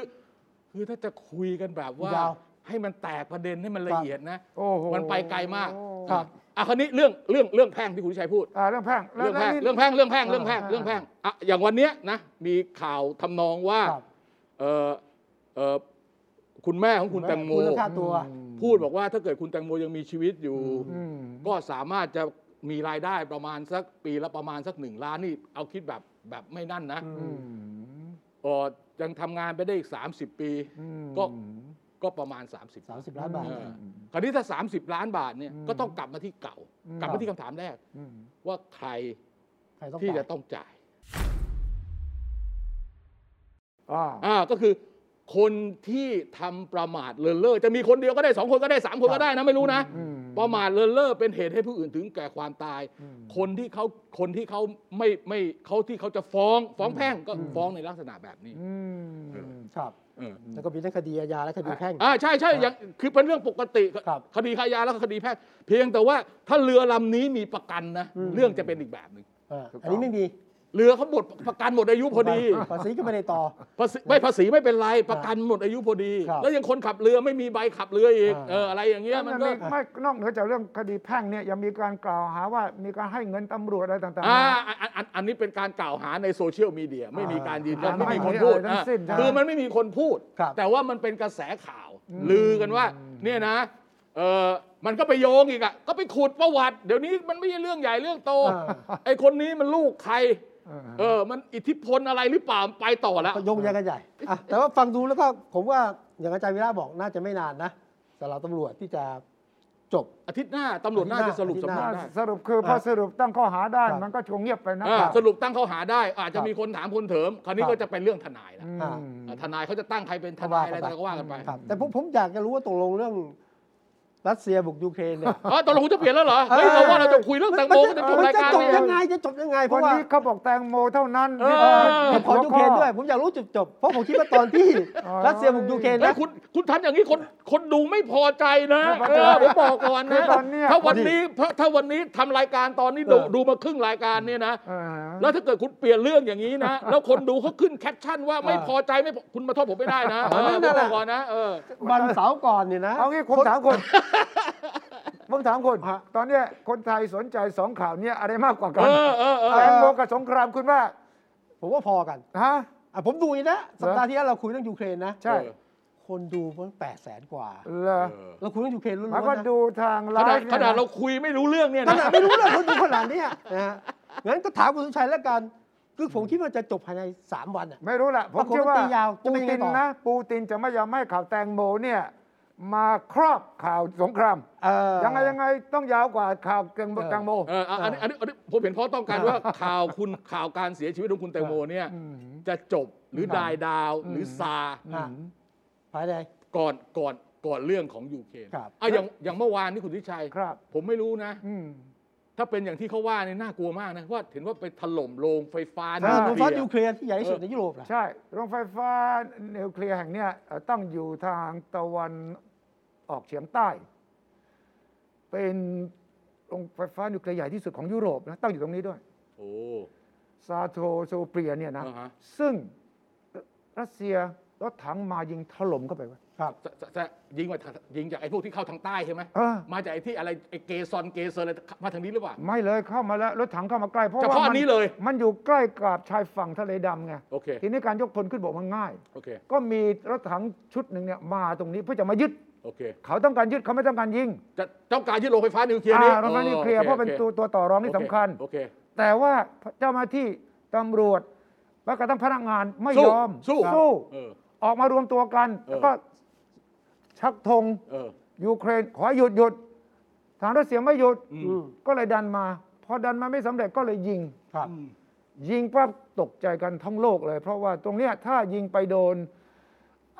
คือถ้าจะคุยกันแบบว่า
ดาว
ให้มันแตกประเด็นให้มันละเอียดนะ
โอ้โห
มันไปไกลมาก
โอ้
ครับ
อ่ะคราวนี้เรื่องเรื่องเรื่องแพ่งที่คุณชัยพูด
อ่าเรื่องแพ่งล้ว
เรื่องแพ่ง
ล้วนี่
เรื่องแพ่งเรื่องแพ่งเรื่องแพ่ง
อ่า
เรื่องแพ่งอ่ะอย่างวันเนี้ยนะมีข่าวทำนองว่า
ครับ
เออเออคุณแม่ของคุณแตงโม
คุณค่าตัว
พูดบอกว่าถ้าเกิดคุณแตงโมยังมีชีวิตอยู่
อืม
ก็สามารถจะมีรายได้ประมาณสักปีละประมาณสักหนึ่งล้านนี่เอาคิดแบบแบบไม่นั่นนะ
อืม
เออยังทำงานไปได้อีก 30 ปี
อืม
ก็ ก็ประมาณ 30
สามสิบล้านบาท
เออ คราวนี้ถ้า 30 ล้านบาทเนี่ยก็ต้องกลับมาที่เก่า กลับมาที่คำถามแรก
อืม
ว่าใคร
ใครต้อง
ที่
จ่าย
จะต้องจ่าย
อ่า
อ่าก็คือคนที่ทำประมาทเลินเล่อจะมีคนเดียวก็ได้สองคนก็ได้สามคนก็ได้นะไม่รู้นะ
อืม
ประมาทเลินเล่อเป็นเหตุให้ผู้อื่นถึงแก่ความตาย
อืม
คนที่เขาคนที่เขาไม่ไม่เขาที่เขาจะฟ้องฟ้องแพ่งก็ฟ้องในลักษณะแบบนี้
อืม
ครับ
เออ
แล้วก็มีทั้งคดีอาญาและคดีแพ่ง
อ่าใช่ใช่อย่างคือเป็นเรื่องปกติ
ครับ
คดีค้ายาแล้วก็คดีแพ่งเพียงแต่ว่าถ้าเรือลำนี้มีประกันนะ
อืม
เรื่องจะเป็นอีกแบบหนึ่ง
อ่า
ถูกต้อง
อันนี้ไม่มี
เรือเขาหมดประกันหมดอายุพอดี
ภาษีก็ไม่ได้ต่อ
ภาษีไม่ภาษีไม่เป็นไรประกันหมดอายุพอดี
ครับ
แล้วยังคนขับเรือไม่มีใบขับเรืออีก
อ่า
เอออะไรอย่างเงี้ยมันก็
ไไม่นอกเหนือจากเรื่องคดีแพ่งเนี่ยยังมีการกล่าวหาว่ามีการให้เงินตำรวจอะไรต่างๆ
อ่า
นะ
อันอันอันอันนี้เป็นการกล่าวหาในโซเชียลมีเดียไม่มีการยืนยัน
อ่า
ไม่มีคนพูด
ไม่มีอะไรทั้งสิ้น
อ่ะ
ใช่ไหม
คือมันไม่มีคนพูด
ครับ
แต่ว่ามันเป็นกระแสข่าว ลือกันว่า เนี่ยนะเออมันก็ไปโยงอีกอ่ะก็ไปขุดประวัติ เดี๋ยวนี้มันไม่ใช่เรื่องใหญ่เรื่องโต
อ่า
ไอ้คนนี้มันลูกใคร
เออ
เออมันอิทธิพลอะไรหรือเปล่าไปต่อแล้ว
ก็ยงใหญ่กันใหญ่อ่ะแต่ว่าฟังดูแล้วก็ผมว่าอย่างอาจารย์วิระบอกน่าจะไม่นานนะสำหรับตำรวจที่จะจบ
อาทิตย์หน้าตำรวจน่าจะสรุปสำนวน
อ่า
ได้
สรุปคือพอสรุปตั้งข้อหาได้
ครับ
มันก็คงเงียบไปนะ
อ่า
ครับ
สรุปตั้งข้อหาได้ อาจจะ
ครับ
มีคนถามคนเถิมคราวนี้
ครับ
ก็จะเป็นเรื่องทนายแล้ว
อืม
อ่า
อ่ะทนายเขาจะตั้งใครเป็นท
ก็
นาย
ว่า
อะ
กันไป
ไรแต่ก็ว่ากันไป
ครับแต่ผมผมอยากจะรู้ว่าตกลงเรื่องรัสเซียบุกยูเครนเนี่ย
อ๋อตกลงคุณจะเปลี่ยนแล้วเหรอเฮ้ย
เออ
เราว่าเราจะคุยเรื่องแตงโมกันจะจบ
มัน
ราย
จะ
การ
จบ
เนี่ย
ยังไงจะจบยังไงเพ
วั
ราะ
น
ว่า
นี้เขาบอกแตงโมเท่านั้น
เออ
นี่
เออ
ป็
ผมขอยูเครนด้วย ผมอยากรู้จุดจบ เพราะผมคิดว่าตอน ที่ รัสเซียบุกยูเครน
แล้
นะ
วคุณคุณทำอย่างนี้คนคนดูไม่พอใจนะ
ไม่พอ
เอ
ใจ
อผมบอกก่อน
คือ
นะ
ตอนเนี้ย
ถ้าวันนี้ถ้าถ้าวันนี้ทำรายการตอนนี้ดู
เออ
ดูมาครึ่งรายการเนี่ยนะ
เออ
แล้วถ้าเกิดคุณเปลี่ยนเรื่องอย่างนี้นะ แล้วคนดูเขาขึ้นแคปชั่นว่าไม่พอใจไม่พอคุณมาโทษผมไม่ได้นะเออผมบอกก่อนนะเออ
วันเสาร์ก่อนเนี่ยนะ
เอางี้ผมถามคน ผมถามคุณ
ฮะ
ตอนเนี้ยคนไทยสนใจสองข่าวเนี้ยอะไรมากกว่ากั
เอน อเออเออ
แตงโมกับสงครามคุณว่า
ผมว่าพอกัน
ฮะ
อ่ะผมดูอีกนะ สัปดาห์ที่แล้วเราคุยเรื่องยูเครนนะ
ใช่
คนดูมันแปดแสนกว่า
เหรอ
เออ
เราคุยเรื่องยูเครนล้วนๆ
มันก็
นะ
ดูทางไล
ขนาด
ฟ์
ข
เนี่ยนะ
นาดเราคุยไม่รู้เรื่องเนี่ย
ข
นะ
นาดไม่รู้เลยคนดูขนาดเนี้ยนะฮะงั้นก็ถามคุณสุชัยแล้วกัน คือผมคิดว่าจะจบภายใน 3 วันอ่ะ
ไม่รู้ล่ะ ผ
ปราม กฏว่า
เชื่อว่า
ตียาวจะ
ปู
เป็นยังไง
ติน
ต่อ
นะ ปูตินจะไม่ยอมให้ข่าวแตงโมเนี่ยมาครอบข่าวสงคราม
เออ
ยังไงยังไงต้องยาวกว่าข่าวแตงโม
เออ
แตงโม
เอออ่ะอันนี้อันนี้อันนี้ผมเห็นเพราะต้องการว่าข่าวคุณข่าวการเสียชีวิตของคุณแตงโมเนี่ย
ม
จะจบหรือดายดาวหรือซา
ฮะภายใน
ก่อนก่อนก่อนเรื่องของยูเครน
ครับ
อ่ะอย่างอย่างเมื่อวานนี่คุณทิชัย
ครับ
ผมไม่รู้นะ
อืม
ถ้าเป็นอย่างที่เขาว่าเนี่ยน่ากลัวมากนะว่าเห็นว่าไปถล่มโรงไฟฟ้า
ใช่
ว
โดน
เค
ฟ้า
ลีย
ยู
ร์
เครนที่ใหญ่ที่สุดในยุโรปล่ะ
ใช่ โรงไฟฟ้านิวเคลียร์แห่งเนี้ยเอ่อตั้งอยู่ทางตะวันออกเฉียงใต้ เป็นโรงไฟฟ้านิวเคลียร์ใหญ่ที่สุดของยุโรปนะตั้งอยู่ตรงนี้ด้วย
โอ้
ซาโทโซเปรียเนี่ยนะ
อ่าฮะ
ซึ่งรัสเซียรถถังมายิงถล่มเข้าไปเว้ย
จะจะจะยิงมาทางยิงจากไอ้พวกที่เข้าทางใต้ใช่ไหม
เออ
มาจากไอ้ที่อะไรไอ้เกซอนเกเซอร์อะไรมาทางนี้หรือเปล่า
ไม่เลยเข้ามาแล้วรถถังเข้ามาใกล้เพราะ
เฉ
ว่า
พาะอั
มัน
นี้เลย
มันอยู่ใกล้กับชายฝั่งทะเลดำไง
โอเค
ทีนี้การยกพลขึ้นบกมันง่าย
โอเค
ก็มีรถถังชุดหนึ่งเนี่ยมาตรงนี้เพื่อจะมายึด
โอเค
เขาต้องการยึดเขาไม่ต้องการยิง
จะต้องการยึดโรงไฟฟ้านิวเคลียร์
อ่า
นี้
รถไฟนิวเคลียร์เพราะเป็นตัวตัวต่อรองที่สำคัญ
โอเค
แต่ว่าเจ้าหน้าที่ตำรวจแม้กระทั่งพนักงานไม่
สู้
ยอม
สู้
สู้
เออ
ออกมารวมตัวกัน
เออ
แล้วก็ชักธง
เออ
ยูเครน ขอให้หยุดหยุดทางรัสเซียไม่หยุด
อื
อืม
ก็เลยดันมาพอดันมาไม่สำเร็จก็เลยยิง
ครับ
อืม
ยิงปั๊บตกใจกันทั้งโลกเลย เพราะว่าตรงเนี้ยถ้ายิงไปโดน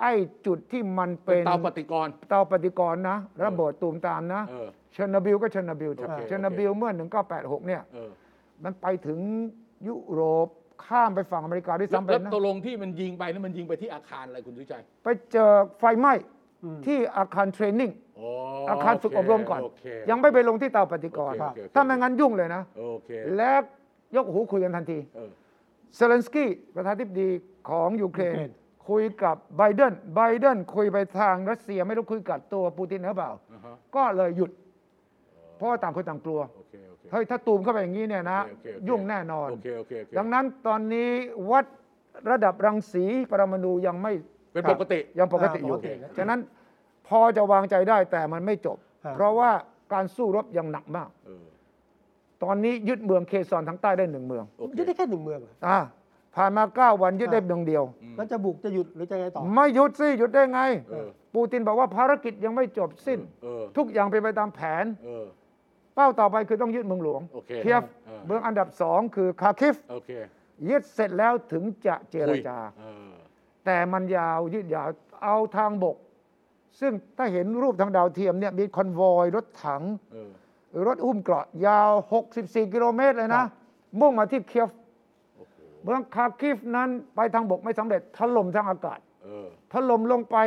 ไอ้จุดที่มัน
เป็
เป็น น
เตาปฏิกรณ์
เตาปฏิกรณ์นะระเบิดตูมตามนะ
เออ
เชอร์โนบิลก็เชอร์โนบิล
โอเค
เชอร์โนบิลเมื่อ 1986 เนี่ย
เออ
มันไปถึงยุโรปข้ามไปฝั่งอเมริกาด้วย
แล้ว
ซ้ำไป
แล้ว
นะ
ตกลงที่มันยิงไปนั้นมันยิงไปที่อาคารอะไรคุณสุชัย
ไปเจอไฟไหม้ที่อาคารเทรนนิ่ง อาคารฝึกอบรมก่อน
โเค
ยังไม่ไปลงที่เตาปฏิกรณ์
โอเคโอเคโอเค
ถ้าไม่งั้นยุ่งเลยนะ
โอเค
และยกหูคุยกันทันที
เออ
เซเลนสกี้ประธานาธิบดีของยูเคร
ยู
น
เครน
คุยกับไบเดนไบเดนคุยไปทางรัสเซียไม่รู้คุยกับตัวปูตินหรือเปล่า
อ่าฮะ
ก็เลยหยุด เพราะว่าต่างคนต่างกลัว
โอเคโอเค
เฮ้ยถ้าตูมเข้าไปอย่างนี้เนี่ยนะ
โอเคโอเคโอเค
ยุ่งแน่นอน
โอเคโอเคโอเค
ดังนั้นตอนนี้วัดระดับรังสีปรมาณูยังไม่
เป็นปกติ
ยังปกติอยู่
อ่าปกตินะ
ฉะนั้นพอจะวางใจได้แต่มันไม่จบ
ครับ
เพราะว่าการสู้รบยังหนักมาก
เออ
ตอนนี้ยึดเมืองเคซอนทั้งใต้ได้หนึ่งเมือง
โอเค
ยึดได้แค่หนึ่งเมืองเหรอ
อ่าผ่านมาเก้าวันยึด
ครับ
ได้เมืองเดียว
อืม
แล้วจะบุกจะหยุดหรือจะไงต่อ
ไม่หยุดสิหยุดได้ไง
เออ
ปูตินบอกว่าภารกิจยังไม่จบสิ้น
เออ
ทุกอย่างเป็นไปตามแผน
เออ
เป้าต่อไปคือต้องยึดเมืองหลวง
โอเค
เคียฟ
เออ
เมืองอันดับสองคือคาคิฟ
โอเค
ยึดเสร็จแล้วถึงจะเจรจา
เออ
แต่มันยาวยืดยาวเอาทางบก ซึ่งถ้าเห็นรูปทางดาวเทียมเนี่ยมีคอนวอย รถถัง
เออ
รถอุ้มเกราะยาว 64 กิโลเมตรเลย
ครั
นะ
บ
มุ่งมาที่เคียฟเมืองคาคิฟนั้นไปทางบกไม่สำเร็จถล่มทางอากาศ
เออ
ถล่มลงไป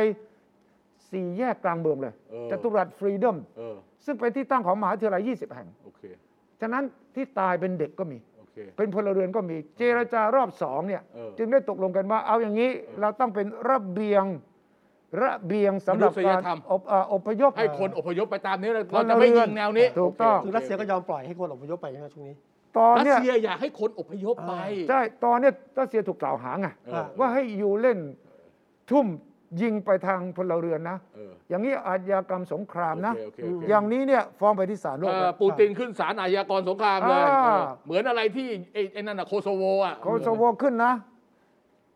สี่แยกกลางเมืองเลย
เออ
จตุรัสฟรีดอม
เออ
ซึ่งเป็นที่ตั้งของมหาวิทยาลัย 20 แห่ง
โอเค
ฉะนั้นที่ตายเป็นเด็กก็มี
โอเค
เป็นพลเรือนก็มีเจรจารอบสองเนี่ย
เออ
จึงได้ตกลงกันว่าเอาอย่างนี้เราต้องเป็นระเบียงระเบียงสำหรับ
มนุษย
การ
ธรรม
อบเอ่ออพยพ
ให้คนอพยพไปตามนี้เรา
พล
จะ
เรือน
ไม่ยิงแนวนี้
ถูกต้อง
โ
คือรัสเซียก็ยอมปล่อยให้คนอพยพไปใช่ไหมช่วงนี้
ตอน
รัส
เนี้ย
เซียอยากให้คนอพยพไป
ใช่ตอนเนี้ยรัสเซียถูกกล่าวหาไง
เออ
ว่าให้อยู่เล่นทุ่มยิงไปทางพลเรือนนะ
เออ
อย่างนี้อาชญากรรมสงครามนะ
โอเคโอเคโอเค
อย่างนี้เนี่ยฟ้องไปที่ศาลโลก
เอ่อ
นะ
ปูตินขึ้นศาลอาชญากรสงครามเลย
อ่า
เออเหมือนอะไรที่ไอ้ไอ้นั่นน่ะโคโซโวอ่ะ
โคโซโวขึ้นนะ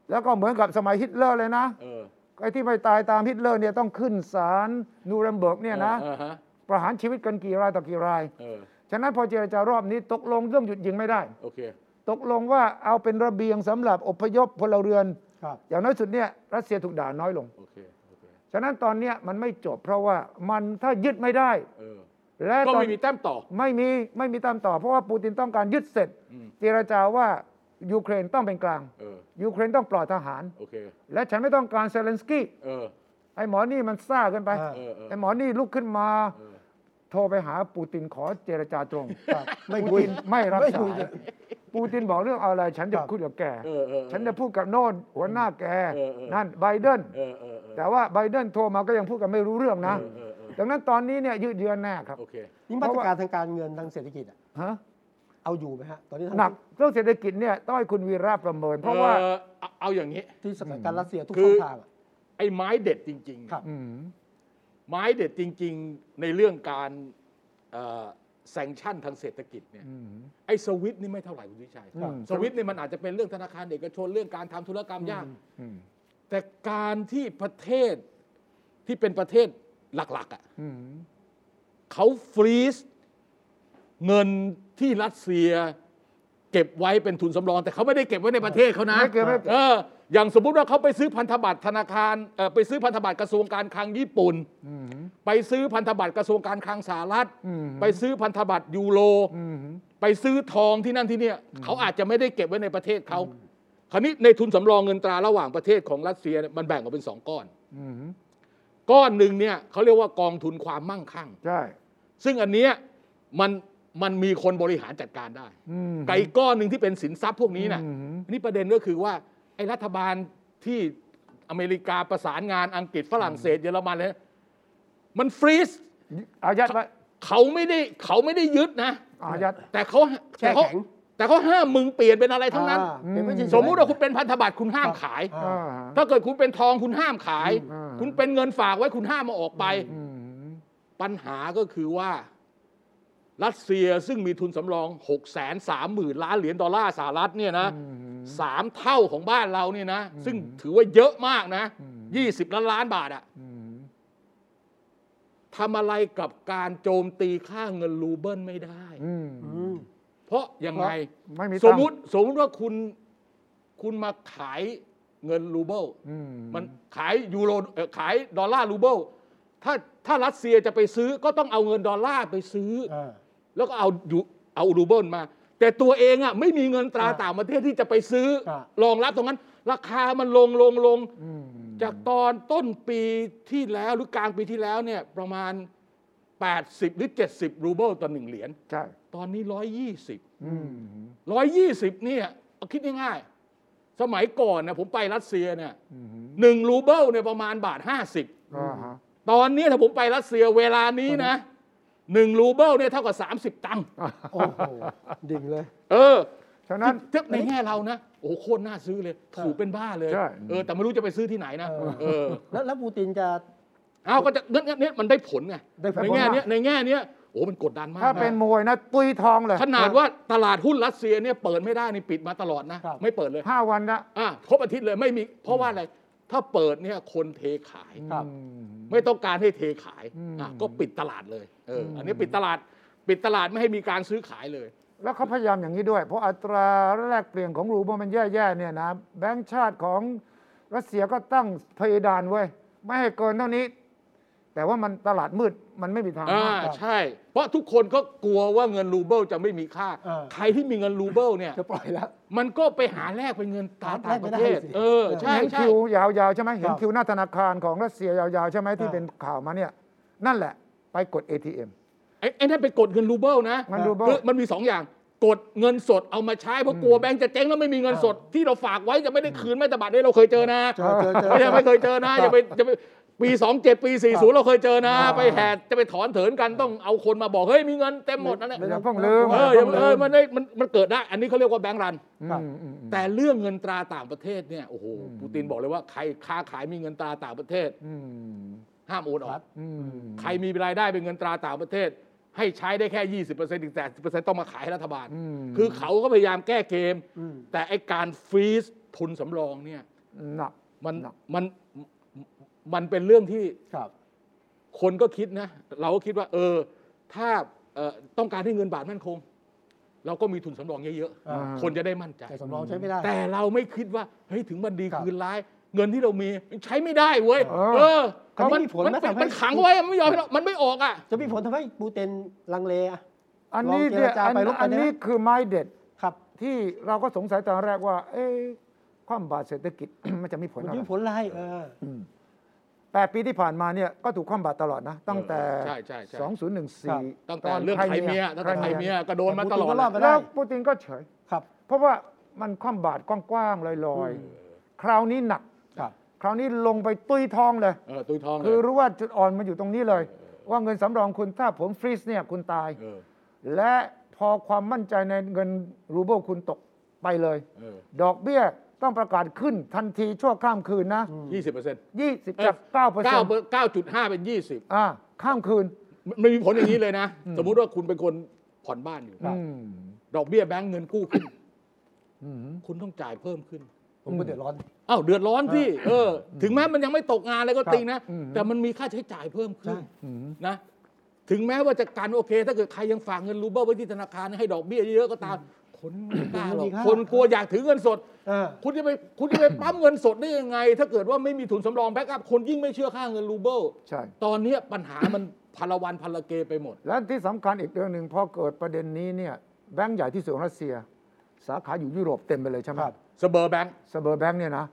แล้วก็เหมือนกับสมัยฮิตเลอร์เลยนะ
เออ
ไอ้ที่ไม่ตายตามฮิตเลอร์เนี่ยต้องขึ้นศาลนูเรมเบิร์กเนี่ยนะ
ออฮ
ประหารชีวิตกันกี่รายต่อกี่ราย
เออ
ฉะนั้นพอเจรจารอบนี้ตกลงเรื่องหยุดยิงไม่ได้
โอเค
ตกลงว่าเอาเป็นระเบียงสำหรับอพยพพลเรือน
ครับ
อย่างน้อยสุดเนี่ยรัสเซียถูกด่าน้อยลง
โอเค โอเค
ฉะนั้นตอนเนี้ยมันไม่จบเพราะว่ามันถ้ายึดไม่ได้
เออ
และ
ก็
ตอน
ไม่มีแต้มต่อ
ไม่มีไม่มีตามต่อ เพราะว่าปูตินต้องการยึดเสร็จ
อืม
เจรจาว่ายูเครนต้องเป็นกลาง
เออ
ยูเครนต้องปล่อยทหาร
โอเค
และฉันไม่ต้องการเซเลนสกี้
เออ
ไอ้หมอนี่มันซ่าเกันไป
เออ
เออ เออ
ไอ้หมอนี่ลุกขึ้นมา
เออ
โทรไปหาปูตินขอเจรจาตรง
ครับไม่
ปู
คุย
ตินไม่รับ
ไม่
สา
คุย
ยปูตินบอกเรื่องอะไร ฉันจะ
ครับ
คุยกับแก
เออเออ
ฉันจะพูดกับโน่นหัวหน้าแก
เออเออ
นั่นไบเดน
เออเออเออ
แต่ว่าไบเดนโทรมาก็ยังพูดกันไม่รู้เรื่องนะ
เออเออ
ดังนั้นตอนนี้เนี่ยยืดเยื้อแน่ครับ
โอเค
นี่มาตรการทางการเงินทางเศรษฐกิจอะ
ฮะ
เอาอยู่ไหมฮะตอนนี้ทั้ง
หนักเรื่องเศรษฐกิจเนี่ยต้องให้คุณวีระประเมิน เพราะว่า
เอ่อเอเอาอย่างนี้
ที่สกัดการรัสเซียทุก
คื
ช่อ
อ
งทางอะ
ไอ้ไม้เด็ดจริงๆ
ครับ
อืม
ไม้เด็ดจริง ๆ ในเรื่องการแซงชั่นทางเศรษฐกิจเนี่ย
อืม
ไอ้สวิตช์นี่ไม่เท่าไหร่คุณวิชัย
ครับ
สวิตช์นี่มันอาจจะเป็นเรื่องธนาคารเอกชนเรื่องการทำธุรกรรมยาก
อืม
แต่การที่ประเทศที่เป็นประเทศหลักๆอ่ะ
อืม
เขาฟรีซเงินที่รัสเซีย เก็บไว้เป็นทุนสำรอง แต่เขาไม่ได้เก็บไว้ในประเทศเขานะ
ไม่เกินไม่เกิน
เอออย่างสมมุติว่าเขาไปซื้อพันธบัตรธนาคารเอ่อไปซื้อพันธบัตรกระทรวงการคลังญี่ปุ่น
อืม
ไปซื้อพันธบัตรกระทรวงการคลังสหรัฐ
อืม
ไปซื้อพันธบัตรยูโร
อืม
ไปซื้อทองที่นั่นที่เนี่ยเขาอาจจะไม่ได้เก็บไว้ในประเทศเขาคราวนี้ในทุนสำรองเงินตราระหว่างประเทศของรัสเซียเนี่ยมันแบ่งออกเป็นสองก้อน
อืม
ก้อนหนึ่งเนี่ยเขาเรียกว่ากองทุนความมั่งคั่ง
ใช่
ซึ่งอันเนี้ยมันมันมีคนบริหารจัดการได้
อืม
ไก่ก้อนหนึ่งที่เป็นสินทรัพย์พวกนี้นะ
อืม
นี่ประเด็นก็คือว่าไอ้รัฐบาลที่อเมริกาประสานงานอังกฤษฝรั่งเศสเยอรมันเลยมันฟรีซ
อายัดไว้
เขาไม่ได้เขาไม่ได้ยึดนะ
อายัด
แต่เขา
แช่
แต่เขา
แข็ง
แต่เขาห้ามมึงเปลี่ยนเป็นอะไรทั้งนั้น
อ่าเป็นไม่ใช่
สมมุติว่าคุณเป็นพันธบัตรคุณห้ามขาย
อ่า
อ่า
ถ้าเกิดคุณเป็นทองคุณห้ามขาย
อืม
คุณเป็นเงินฝากไว้คุณห้ามมาออกไป
อืม
ปัญหาก็คือว่า รัสเซียซึ่งมีทุนสำรอง 6 3 0 0 0 0 ล้านเหรียญดอลลาร์สหรัฐเนี่ยนะ
อืม
สามเท่าของบ้านเราเนี่ยนะ ซึ่งถือว่าเยอะมากนะ
อืม
20 ล้านล้านบาทอะ
อืม
ทำอะไรกับการโจมตีค่าเงินรูเบิลไม่ได้
อืม
อืม
เพราะยังไง
ไม่มี
สม
ตังค์
มุติสมมุติว่าคุณคุณมาขายเงินรูเบิล
อื
มันขายยูโรเอ่อขายดอลลาร์รูเบิลถ้าถ้ารัสเซียจะไปซื้อก็ต้องเอาเงินดอลลาร์ไปซื้อ
อ่า
แล้วก็เอายูเอารูเบิลมา แต่ตัวเองอ่ะไม่มีเงินตราต่างประเทศที่จะไปซื้อ
ครับ
รองรับตรงนั้น ราคามันลงลงลง
อืม
จากตอนต้นปีที่แล้วหรือกลางปีที่แล้วเนี่ยประมาณ 80 หรือ 70 รูเบิลต่อหนึ่งเหรียญ
ใช่
ตอนนี้ 120
อืม
ร้อยยี่สิบเนี่ยเอาคิดง่ายๆ สมัยก่อนนะผมไปรัสเซียเนี่ย
อืม
หนึ่งรูเบิลเนี่ยประมาณบาทห้าสิบ
อ่าฮะ
ตอนนี้ถ้าผมไปรัสเซียเวลานี้นะหนึ่งรูเบิลเนี่ยเท่ากับสามสิบตังค์
โอ้โหดิ่งเลย
เออ
ฉะนั้น
เทียบในแง่เรานะ โอ้โหโคตรน่าซื้อเลย ถูกเป็นบ้าเลย
ใช่
เออแต่ไม่รู้จะไปซื้อที่ไหนนะ
เออ
เออ
แล้วแล้วปูตินจะ
เอาก็จะเงี้ยเนี่ยมันได้ผลไง
ได้ผล
ในแง่เนี้ย
มาก
ในแง่เนี้ยโอ้โหมันกดดันมาก
ถ้า
นะ
เป็นมวยนะ ตุยทองเลย
ขนาดว่าตลาดหุ้นรัสเซียเนี่ยเปิดไม่ได้นี่ปิดมาตลอดนะ
ครับ
ไม่เปิดเลย
ห้าวันนะ
อ่ะครบอาทิตย์เลยไม่มีเพราะว่าอะไร ถ้าเปิดเนี่ยคนเทขาย
ครับ
อืม
ไม่ต้องการให้เทขาย
อืม
อ่ะก็ปิดตลาดเลยเออออันนี้ปิดตลาด ปิดตลาดไม่ให้มีการซื้อขายเลย
แล้วเขาพยายามอย่างนี้ด้วย เพราะอัตราแลกเปลี่ยนของรูเบิลมันแย่ๆเนี่ยนะ แบงก์ชาติของรัสเซียก็ตั้งเพดานไว้ไม่ให้เกินเท่านี้ แต่ว่ามันตลาดมืดมันไม่มีทาง
อ่า
ห้าม
ใช่ เพราะทุกคนก็กลัวว่าเงินรูเบิลจะไม่มีค่า
เออ
ใครที่มีเงินรูเบิลเนี่ย
จะปล่อยแล้ว
มันก็ไปหาแลกเป็นเงินตราต่างประเทศ
แลกไม่ได้สิ
เออใช่
เห็น
ใช่
คิวยาวๆใช่ไหมเห็
คน รับ
คิวหน้าธนาคารของรัสเซียยาวๆใช่ไหมที่
อ่า
เป็นข่าวมาเนี่ย นั่นแหละไปกด ATM
ไอ้ไอ้นั่นไปกดเงินรูเบิลนะ
มันดูบ้า
คือมันมีสองอย่าง กดเงินสดเอามาใช้เพราะกลัวแบงก์จะเจ๊งแล้วไม่มีเงินสด ที่เราฝากไว้จะไม่ได้คืนแม้แต่บาทนี้เราเคยเจอนะ
เจอเจอเจอ
ไม่ใช่ไม่เคยเจอนะอย่าไปอย่าไปปี 27 ปี 40 เราเคยเจอนะ
อ่า
ไปแห่จะไปถอนเถินกันต้องเอาคนมาบอก เฮ้ย มีเงินเต็มหมดนั่นแหละ
อย่าเพิ่งลืม
เอออย่าเออมันได้มันมันเกิดได้ อันนี้เขาเรียกว่าแบงก์รัน
ครับ
อืมอืมอืม
แต่เรื่องเงินตราต่างประเทศเนี่ยโอ้โห
อืม
ปูตินบอกเลยว่าใครค้าขายมีเงินตราต่างประเทศ
อืม
ห้ามโอนออ
ครั
ก
บ
อืม
ใครมีรายได้เป็นเงินตราต่างประเทศ ให้ใช้ได้แค่ 20%ถึง80%ต้องมาขายให้รัฐบาล
ม
คือเขาก็พยายามแก้เกม
อืม
แต่ไอการฟรีซทุนสำรองเนี่ย
หนัก
มัน
ครับ
มันมันเป็นเรื่องที่
ครับ
คนก็คิดนะ เราก็คิดว่า เออ ถ้าเอ่อต้องการให้เงินบาทมั่นคง เราก็มีทุนสำรองเยอะ
อ่า
ๆคนจะได้มั่นใจ
แต่สำรองใช้ไม่ได้
แต่เราไม่คิดว่าเฮ้ยถึงมันดี
ครับ
คืนร้าย เงินที่เรามีมันใช้ไม่ได้เว้ย
เออ
เออ
คราวนี้มีผล
มัน
ไหม
ปิด
ทำให้
มันขังไว้มันไม่ยอมให้เรามันไม่ออกอ่ะ
จะมีผลทำให้ปูตินลังเลอะ
อันนี้
ลองเจรจา
เนี่ยอัน
ไปลบกัน
อัน
ได้ไหม
นี้คือไม้เด็ด
ครับ
ที่เราก็สงสัยตอนแรกว่า เอ๊ะความบาตรเศรษฐกิจ มันจะมีผล
มัน
อะไร
จะมีผลอะไรเออ
แปดปีที่ผ่านมาเนี่ยก็ถูกความบาตรตลอดนะ ตั้งแต่
ใช่ใช่ใช่
สองศูนย์หนึ่ง
ครั
สี่
บ
ตั้งแต่เรื่องไทยเมียตั้งแต่ไทยเมียก็โดนมาตลอด
แต่ปูตินก็รอดมาได้
แล้วปูตินก็เฉย
ครับ
เพราะว่ามันคว่ำบาตรกว้างๆลอย
อืม
ๆ คราวนี้หนัก
ครับ
คราวนี้ลงไปตุ้ยทองเลย
เออตุยทองเลย
คือรู้ว่าจุดอ่อนมันอยู่ตรงนี้เลย ว่าเงินสำรองคุณถ้าผมฟรีซเนี่ยคุณตาย
เออ
และพอความมั่นใจในเงินรูเบิลคุณตกไปเลย
เออ
ดอกเบี้ยต้องประกาศขึ้นทันทีชั่วข้ามคืนนะ
ยี่สิบเปอร์เซ็นต์
20จาก9เปอร์เซ็
เก้าน
ต์
เก้าจุดห้าเป็นยี่สิบ
อ่าข้ามคืน
มันมีผลอย่างนี้เลยนะ สมมุติว่าคุณเป็นคนผ่อนบ้านอยู่
อืม
ดอกเบี้ยแบงก์เงินกู้ขึ้น
อืม
คุณต้องจ่ายเพิ่มขึ้น
ผมก็เดือดร้อน
อ้าวเดือดร้อนที่เออ ถึงแม้มันยังไม่ตกงานอะไรก็
ครับ
ติงนะ
อืม
แต่มันมีค่าใช้จ่ายเพิ่มขึ้น
ใช่
อืม
นะ ถึงแม้ว่าจะกันโอเค ถ้าเกิดใครยังฝากเงินรูเบิลไว้ที่ธนาคารให้ดอกเบี้ยเยอะๆก็ตาม คนไม่กล้าหรอ
มี
ก
ค่า
คนกลัวอยากถือเงินสด
อ่า
คุณจะไปคุณจะไปปั๊มเงินสดได้ยังไง ถ้าเกิดว่าไม่มีทุนสำรองแบ็กอัพคนยิ่งไม่เชื่อค่าเงินรูเบิล
ใช่
ตอนเนี้ยปัญหามันพลวันพลเกไปหมด
และที่สำคัญอีกเรื่องหนึ่งพอเกิดประเด็นนี้เนี่ยแบงก์ใหญ่ที่สุดของรัสเซีย สาขาอยู่ยุโรปเต็มไปเลยใช่ไหม
ครับ
เสเบอร์แบงก์
สเบอร์แบงก์เนี่ยนะ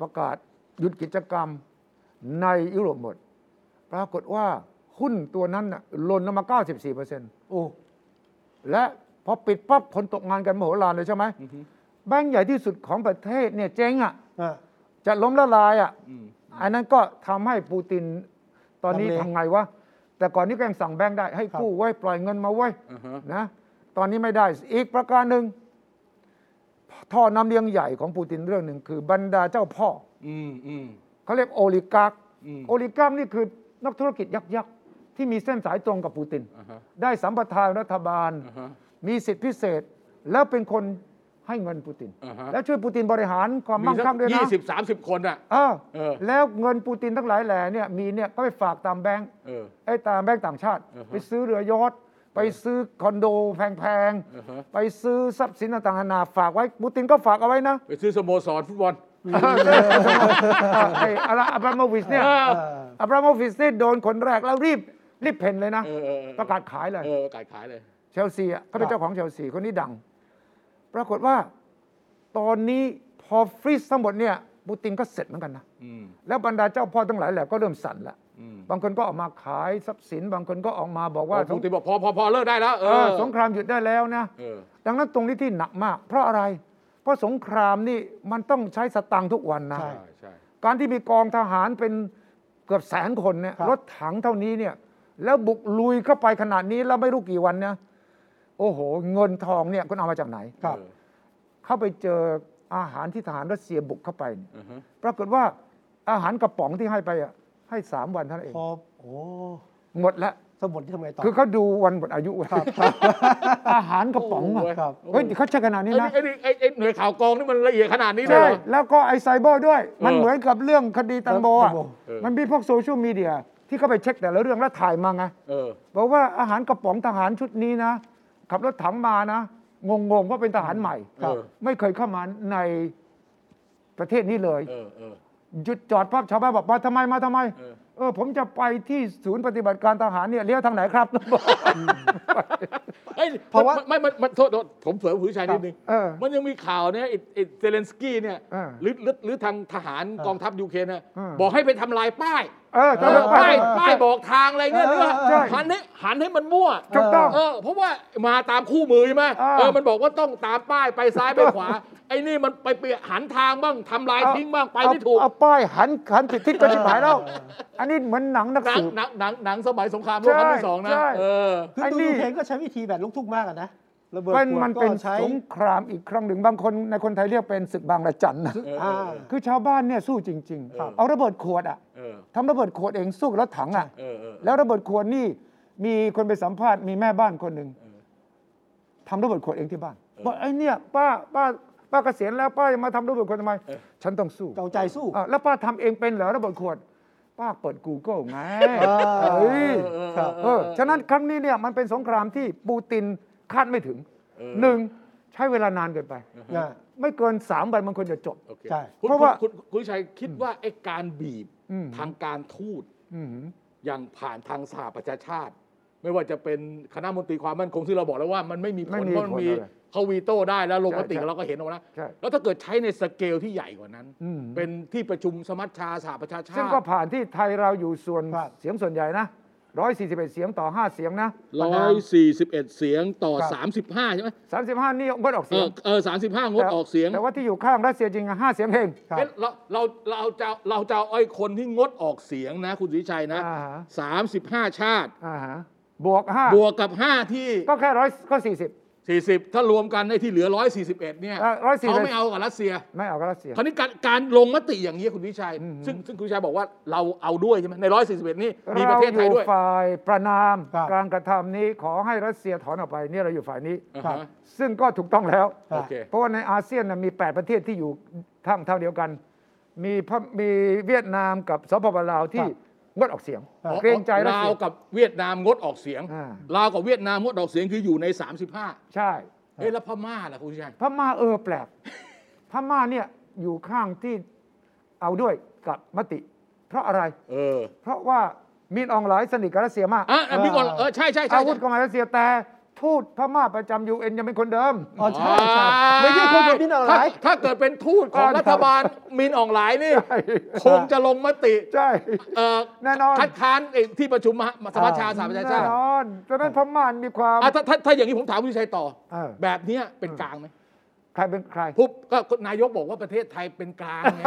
ประกาศหยุดกิจกรรมในยุโรปหมด ปรากฏว่าหุ้นตัวนั้นน่ะหล่นลงมา 94%
โอ้
และพอปิดปั๊บคนตกงานกันมโหฬารเลยใช่ไหมแบงก์ใหญ่ที่สุดของประเทศเนี่ยเจ๊งอ่ะ
อ่า
จะล้มละลายอ่ะ อันนั้นก็ทำให้ปูตินตอนนี้
ลังเล
ทำไงวะ แต่ก่อนนี้ก็ยังสั่งแบงค์ได้ให้
ครับ
กู้ไว้ปล่อยเงินมาไว้
อ่าฮะ
นะ ตอนนี้ไม่ได้ อีกประการหนึ่งท่อน้ำเลี้ยงใหญ่ของปูตินเรื่องหนึ่งคือบรรดาเจ้าพ่อ
อืมอืม
เขาเรียกโอลิการ์ค
อืม
โอลิการ์คนี่คือนักธุรกิจยักษ์ยักษ์ที่มีเส้นสายตรงกับปูติน
อ่าฮะ
ได้สัมปทานรัฐบาล
อ่าฮะ
มีสิทธิพิเศษ แล้วเป็นคนให้เงินปูติน
อ่าฮะ
แล้วช่วยปูตินบริหารความ
มี
มั่ง
สั
คั่งด้วย
ยี่
นะ
สิบสามสิบคนอ่ะ
เออ
เออ
แล้วเงินปูตินทั้งหลายแหล่เนี่ยมีเนี่ยก็ไปฝากตามแบงก์
เออ
ไอ้ตามแบงก์ต่างชาติ
อือฮะ
ไปซื้อเรือยอทไปซื้อคอนโดแพง
อือฮะ
ๆ ไปซื้อทรัพย์สินต่างๆนานาฝากไว้ปูตินก็ฝากเอาไว้นะ
ไปซื้อสโมสรฟุตบอล
เออไอ้อะไรอับราโมวิชเนี่ย
เออ
อับราโมวิชเนี่ยโดนคนแรกแล้วรีบรีบเพ่นเลยนะ
เออเออเออ
ประกาศขายเลย
เออประกาศขายเลย
เชลซีอ่ะเขาเป็นเจ้าของเชลซีคนนี้ดัง ปรากฏว่าตอนนี้พอฟรีซทั้งหมดเนี่ยปูตินก็เสร็จเหมือนกันนะ
อืม
แล้วบรรดาเจ้าพ่อทั้งหลายแหละก็เริ่มสั่นละ
อืม
บางคนก็ออกมาขายทรัพย์สิน บางคนก็ออกมาบอกว่า
ว่า
ส
ทุ
ง
กทีบอกพอพอพอเลิกได้แล้ว เอ
เอ
อ
อสงครามหยุดได้แล้วนะ
เออ
ดังนั้นตรงนี้ที่หนักมาก เพราะอะไร เพราะสงครามนี่มันต้องใช้สตังค์ทุกวันนะ
ใช่
ใช่ใช่
การที่มีกองทหารเป็นเกือบแสนคนเนี่ย
ครับ
รถถังเท่านี้เนี่ย แล้วบุกลุยเข้าไปขนาดนี้แล้วไม่รู้กี่วันเนี่ยโอ้โห เงินทองเนี่ยคุณเอามาจากไหน
ครับ
เออ
เข้าไปเจออาหารที่ทหารรัสเซียบุกเข้าไปเนี่ย
อือฮะ
ปรากฏว่าอาหารกระป๋องที่ให้ไปอ่ะให้สามวันเท่านั้นเอง
พอโอ้
หมดแล้ว
สมบทที่ทำไงต่อ
คือเขาดูวันหมดอายุไว้อาหารกระป๋องอะ
ครับ
เฮ้ยเขาใช้ขนาด
ไอ้
นี้
นี่
นะ
ไอ้นี่ไอ้ไอ้หน่วยข่าวกองนี่มันละเอียดขนาดนี้เลย
ใช่
เหรอ
แล้วก็ไอไซเบอร์ด้วย มัน
เออ
เหมือนกับเรื่องคดีแตังโมอะ
แตงโม
เออ
มันมีพวกโซเชียลมีเดียที่เขาไปเช็คแต่ละเรื่องแล้วถ่ายมาไง
เออ
บอกว่าอาหารกระป๋องทหารชุดนี้นะ ขับรถถังมานะ งงๆว่าเป็นทหารใหม่
ครับ
ไม่เคยเข้ามาในประเทศนี้เลย
เออเออ
หยุดจอดปั๊บชาวบ้านบอกมาทำไมมาทำไม
เออ
เออ ผมจะไปที่ศูนย์ปฏิบัติการทหารเนี่ยเลี้ยวทางไหนครับ
เอ้ย
เพราะว่า
ไม่ไม่ไม่ไม่โทษโทษผมเสริมผู้ชายนิดนึง
เออ
มันยังมีข่าวเนี่ยไอ้ไอ้เซเลนสกี้เนี่ย
เออ
หรือหรือหรือทางทหารกองทัพยูเครนนะ
เออ
บอกให้ไปทำลายป้าย
เออ
เอ
ทำ
อ
ไมไป
ป้ายป้ายบอกทางอะไรเงี้ย
เอ
ห
อ
รือว่า
ใช่
หันให้หันให้มันมั่ว
ถูกต้อง
เออเพราะว่ามาตามคู่มือใช่ไหม
อ่า
เออมันบอกว่าต้องตามป้ายไปซ้ายไปขวา ไอ้นี่มันไปเปลี่ยนหันทางบ้างทำลาย
เอา
ทิ้งบ้างไป
เอา
ไม่ถูก
เอาป้ายหันหันผิดทิศก็ชิบหายแล้ว อันนี้เหมือนหนังนัก
หนัง
สืบ
หนังหนังหนังสมัยสงครามโลกครั้งที่สองนะ
ใช่
เออ
คือ
ไอ้
ดู
นี่
ดูเพลงก็ใช้วิธีแบบลูกทุ่งมากอะนะระเบิด
เป็น
ขวด
มันเป็น
ก็ใช้
สงครามอีกครั้งหนึ่งบางคนในคนไทยเรียกเป็นศึกบางระจันนะ
อ่า
คือชาวบ้านเนี่ยสู้จริง
ครับ
ๆ เอาระเบิดขวดอ่ะ
เออ
ทำระเบิดขวดเองสู้กับรถถังอ่ะ
เออเออ
แล้วระเบิดขวดนี่มีคนไปสัมภาษณ์มีแม่บ้านคนหนึ่งทำระเบิดขวดเองที่บ้านบอกไอ้เนี่ยป้าป้าป้าเกษียณแล้วป้าจะมาทำระเบิดขวดทำไม ฉันต้องสู้
เอาใจสู้
อ่ะแล้วป้าทำเองเป็นเหรอระเบิดขวด ป้าเปิด Google ไง
อ่า
เอ้ย
เออ
ครับ
เอ
เอ
อ
อฉะนั้นครั้งนี้เนี่ยมันเป็นสงครามที่ปูตินคาดไม่ถึงหนึ่งใช้เวลานานเกินไป
อ่า
ไม่เกินสามวันมันควรจะจบ
โอเค
ใช่
คุณ
เพราะว่า
คุณคุณคุณชัยคิดว่าไอ้การบีบ
อืม
ทางการทูต
อืม
อย่างผ่านทางสหประชาชาติ ไม่ว่าจะเป็นคณะมนตรีความมั่นคงที่เราบอกแล้วว่ามันไม่มีผลเพราะมันมีเขาวีโต้ได้แล้วลงมติเราก็เห็นเอานะ
ใช่
แล้วถ้าเกิดใช้ในสเกลที่ใหญ่กว่านั้น
อืม
เป็นที่ประชุมสมัชชาสหประชาชาติ
ซึ่งก็ผ่านที่ไทยเราอยู่ส่วน
ครับ
เสียงส่วนใหญ่นะ 141 เสียงต่อ 5 เสียงนะ
ร้อยสี่สิบเอ็ดเสียงต่อ
ครับ
สามสิบห้าใช่ไหม
35 นี่งดออก
เอ
เสีย
อง เออสามสิบห้างดออกเสียง
แต่ว่าที่อยู่ข้างรัสเซียจริงอะ5เสียงเอง
ครับ
เอ๊ะเราเราเราจะเราจะเอาไอ้คนที่งดออกเสียงนะ คุณสุริชัยนะ
อ่าฮะ
สามสิบห้าชาติ
อ่าฮะบวก 5
บวกกับห้าที่
ก็แค่ร้อยก็สี่สิบ
สี่สิบถ้ารวมกันไอ้ที่เหลือร้อยสี่สิบเอ็ดเนี่ย
เออ141
เขาไม่เอากับรัสเซีย
ไม่เอาก็รัสเซีย
คราวนี้การการลงมติอย่างนี้ยคุณวิชัย ซึ่งซึ่งคุณวิชัยบอกว่าเราเอาด้วยใช่ไหมในร้อยสี่สิบเอ็ดนี่มีประเทศไทยด้วย
เราอฝ่ายประนาม
ครับ
การกระทำนี้ขอให้รัสเซียถอนออกไปเนี่ยเราอยู่ฝ่ายนี้
อ่า
ครับ
ฮะ
ซึ่งก็ถูกต้องแล้ว
โอเค
เพราะว่าในอาเซียนนะมี 8 ประเทศที่อยู่ทางเท่าเดียวกัน มีพะมีเวียดนามกับสปปลาวที่
ครับ
งดออกเสียง
อ๋อ
เกรงใจรัส
ลา
เซี
วย กับเวียดนามงดออกเสียง
อ่า
ลาวกับเวียดนามงดออกเสียงคืออยู่ใน 35
ใช่
เอ๊ะแล้วพม่าล่ะคุณวิชัย
พม่าเออแปล ก พม่าเนี่ยอยู่ข้างที่เอาด้วยกับมติ เพราะอะไร
เออ
เพราะว่ามินอองหลายสนิทกับรัสเซียมาก
อ่ะอ่ะมีก่อนเออใช่ใช่ใช่
อาวุธของมาเลเซียแต่ทูตพม่าประจำยูเอ็นยังเป็นคนเดิม
อ๋อใช่ใช่ไม่ใช่คนเดียวที่นอนหลาย
ถ้าถ้าเกิดเป็นทูตของ
อ่า
รัฐบาลมินอองหลายนี่
ใช่
คงจะลงมติ
ใช่
เอ่อ
แน่นอน
คัดค้านไอ้ที่ประชุมมหาสภาชาสามัญชา
แน่
ติ
นอนฉะนั้นพม่ามีความ
อ่ะถ้าถ้าถ้าอย่างนี้ผมถามคุณวิชัยต่อ
เออ
แบบเนี้ยเป็นกลางไหม
ใครเป็นใคร
ปุ๊บก็นายกบอกว่าประเทศไทยเป็นกลางไง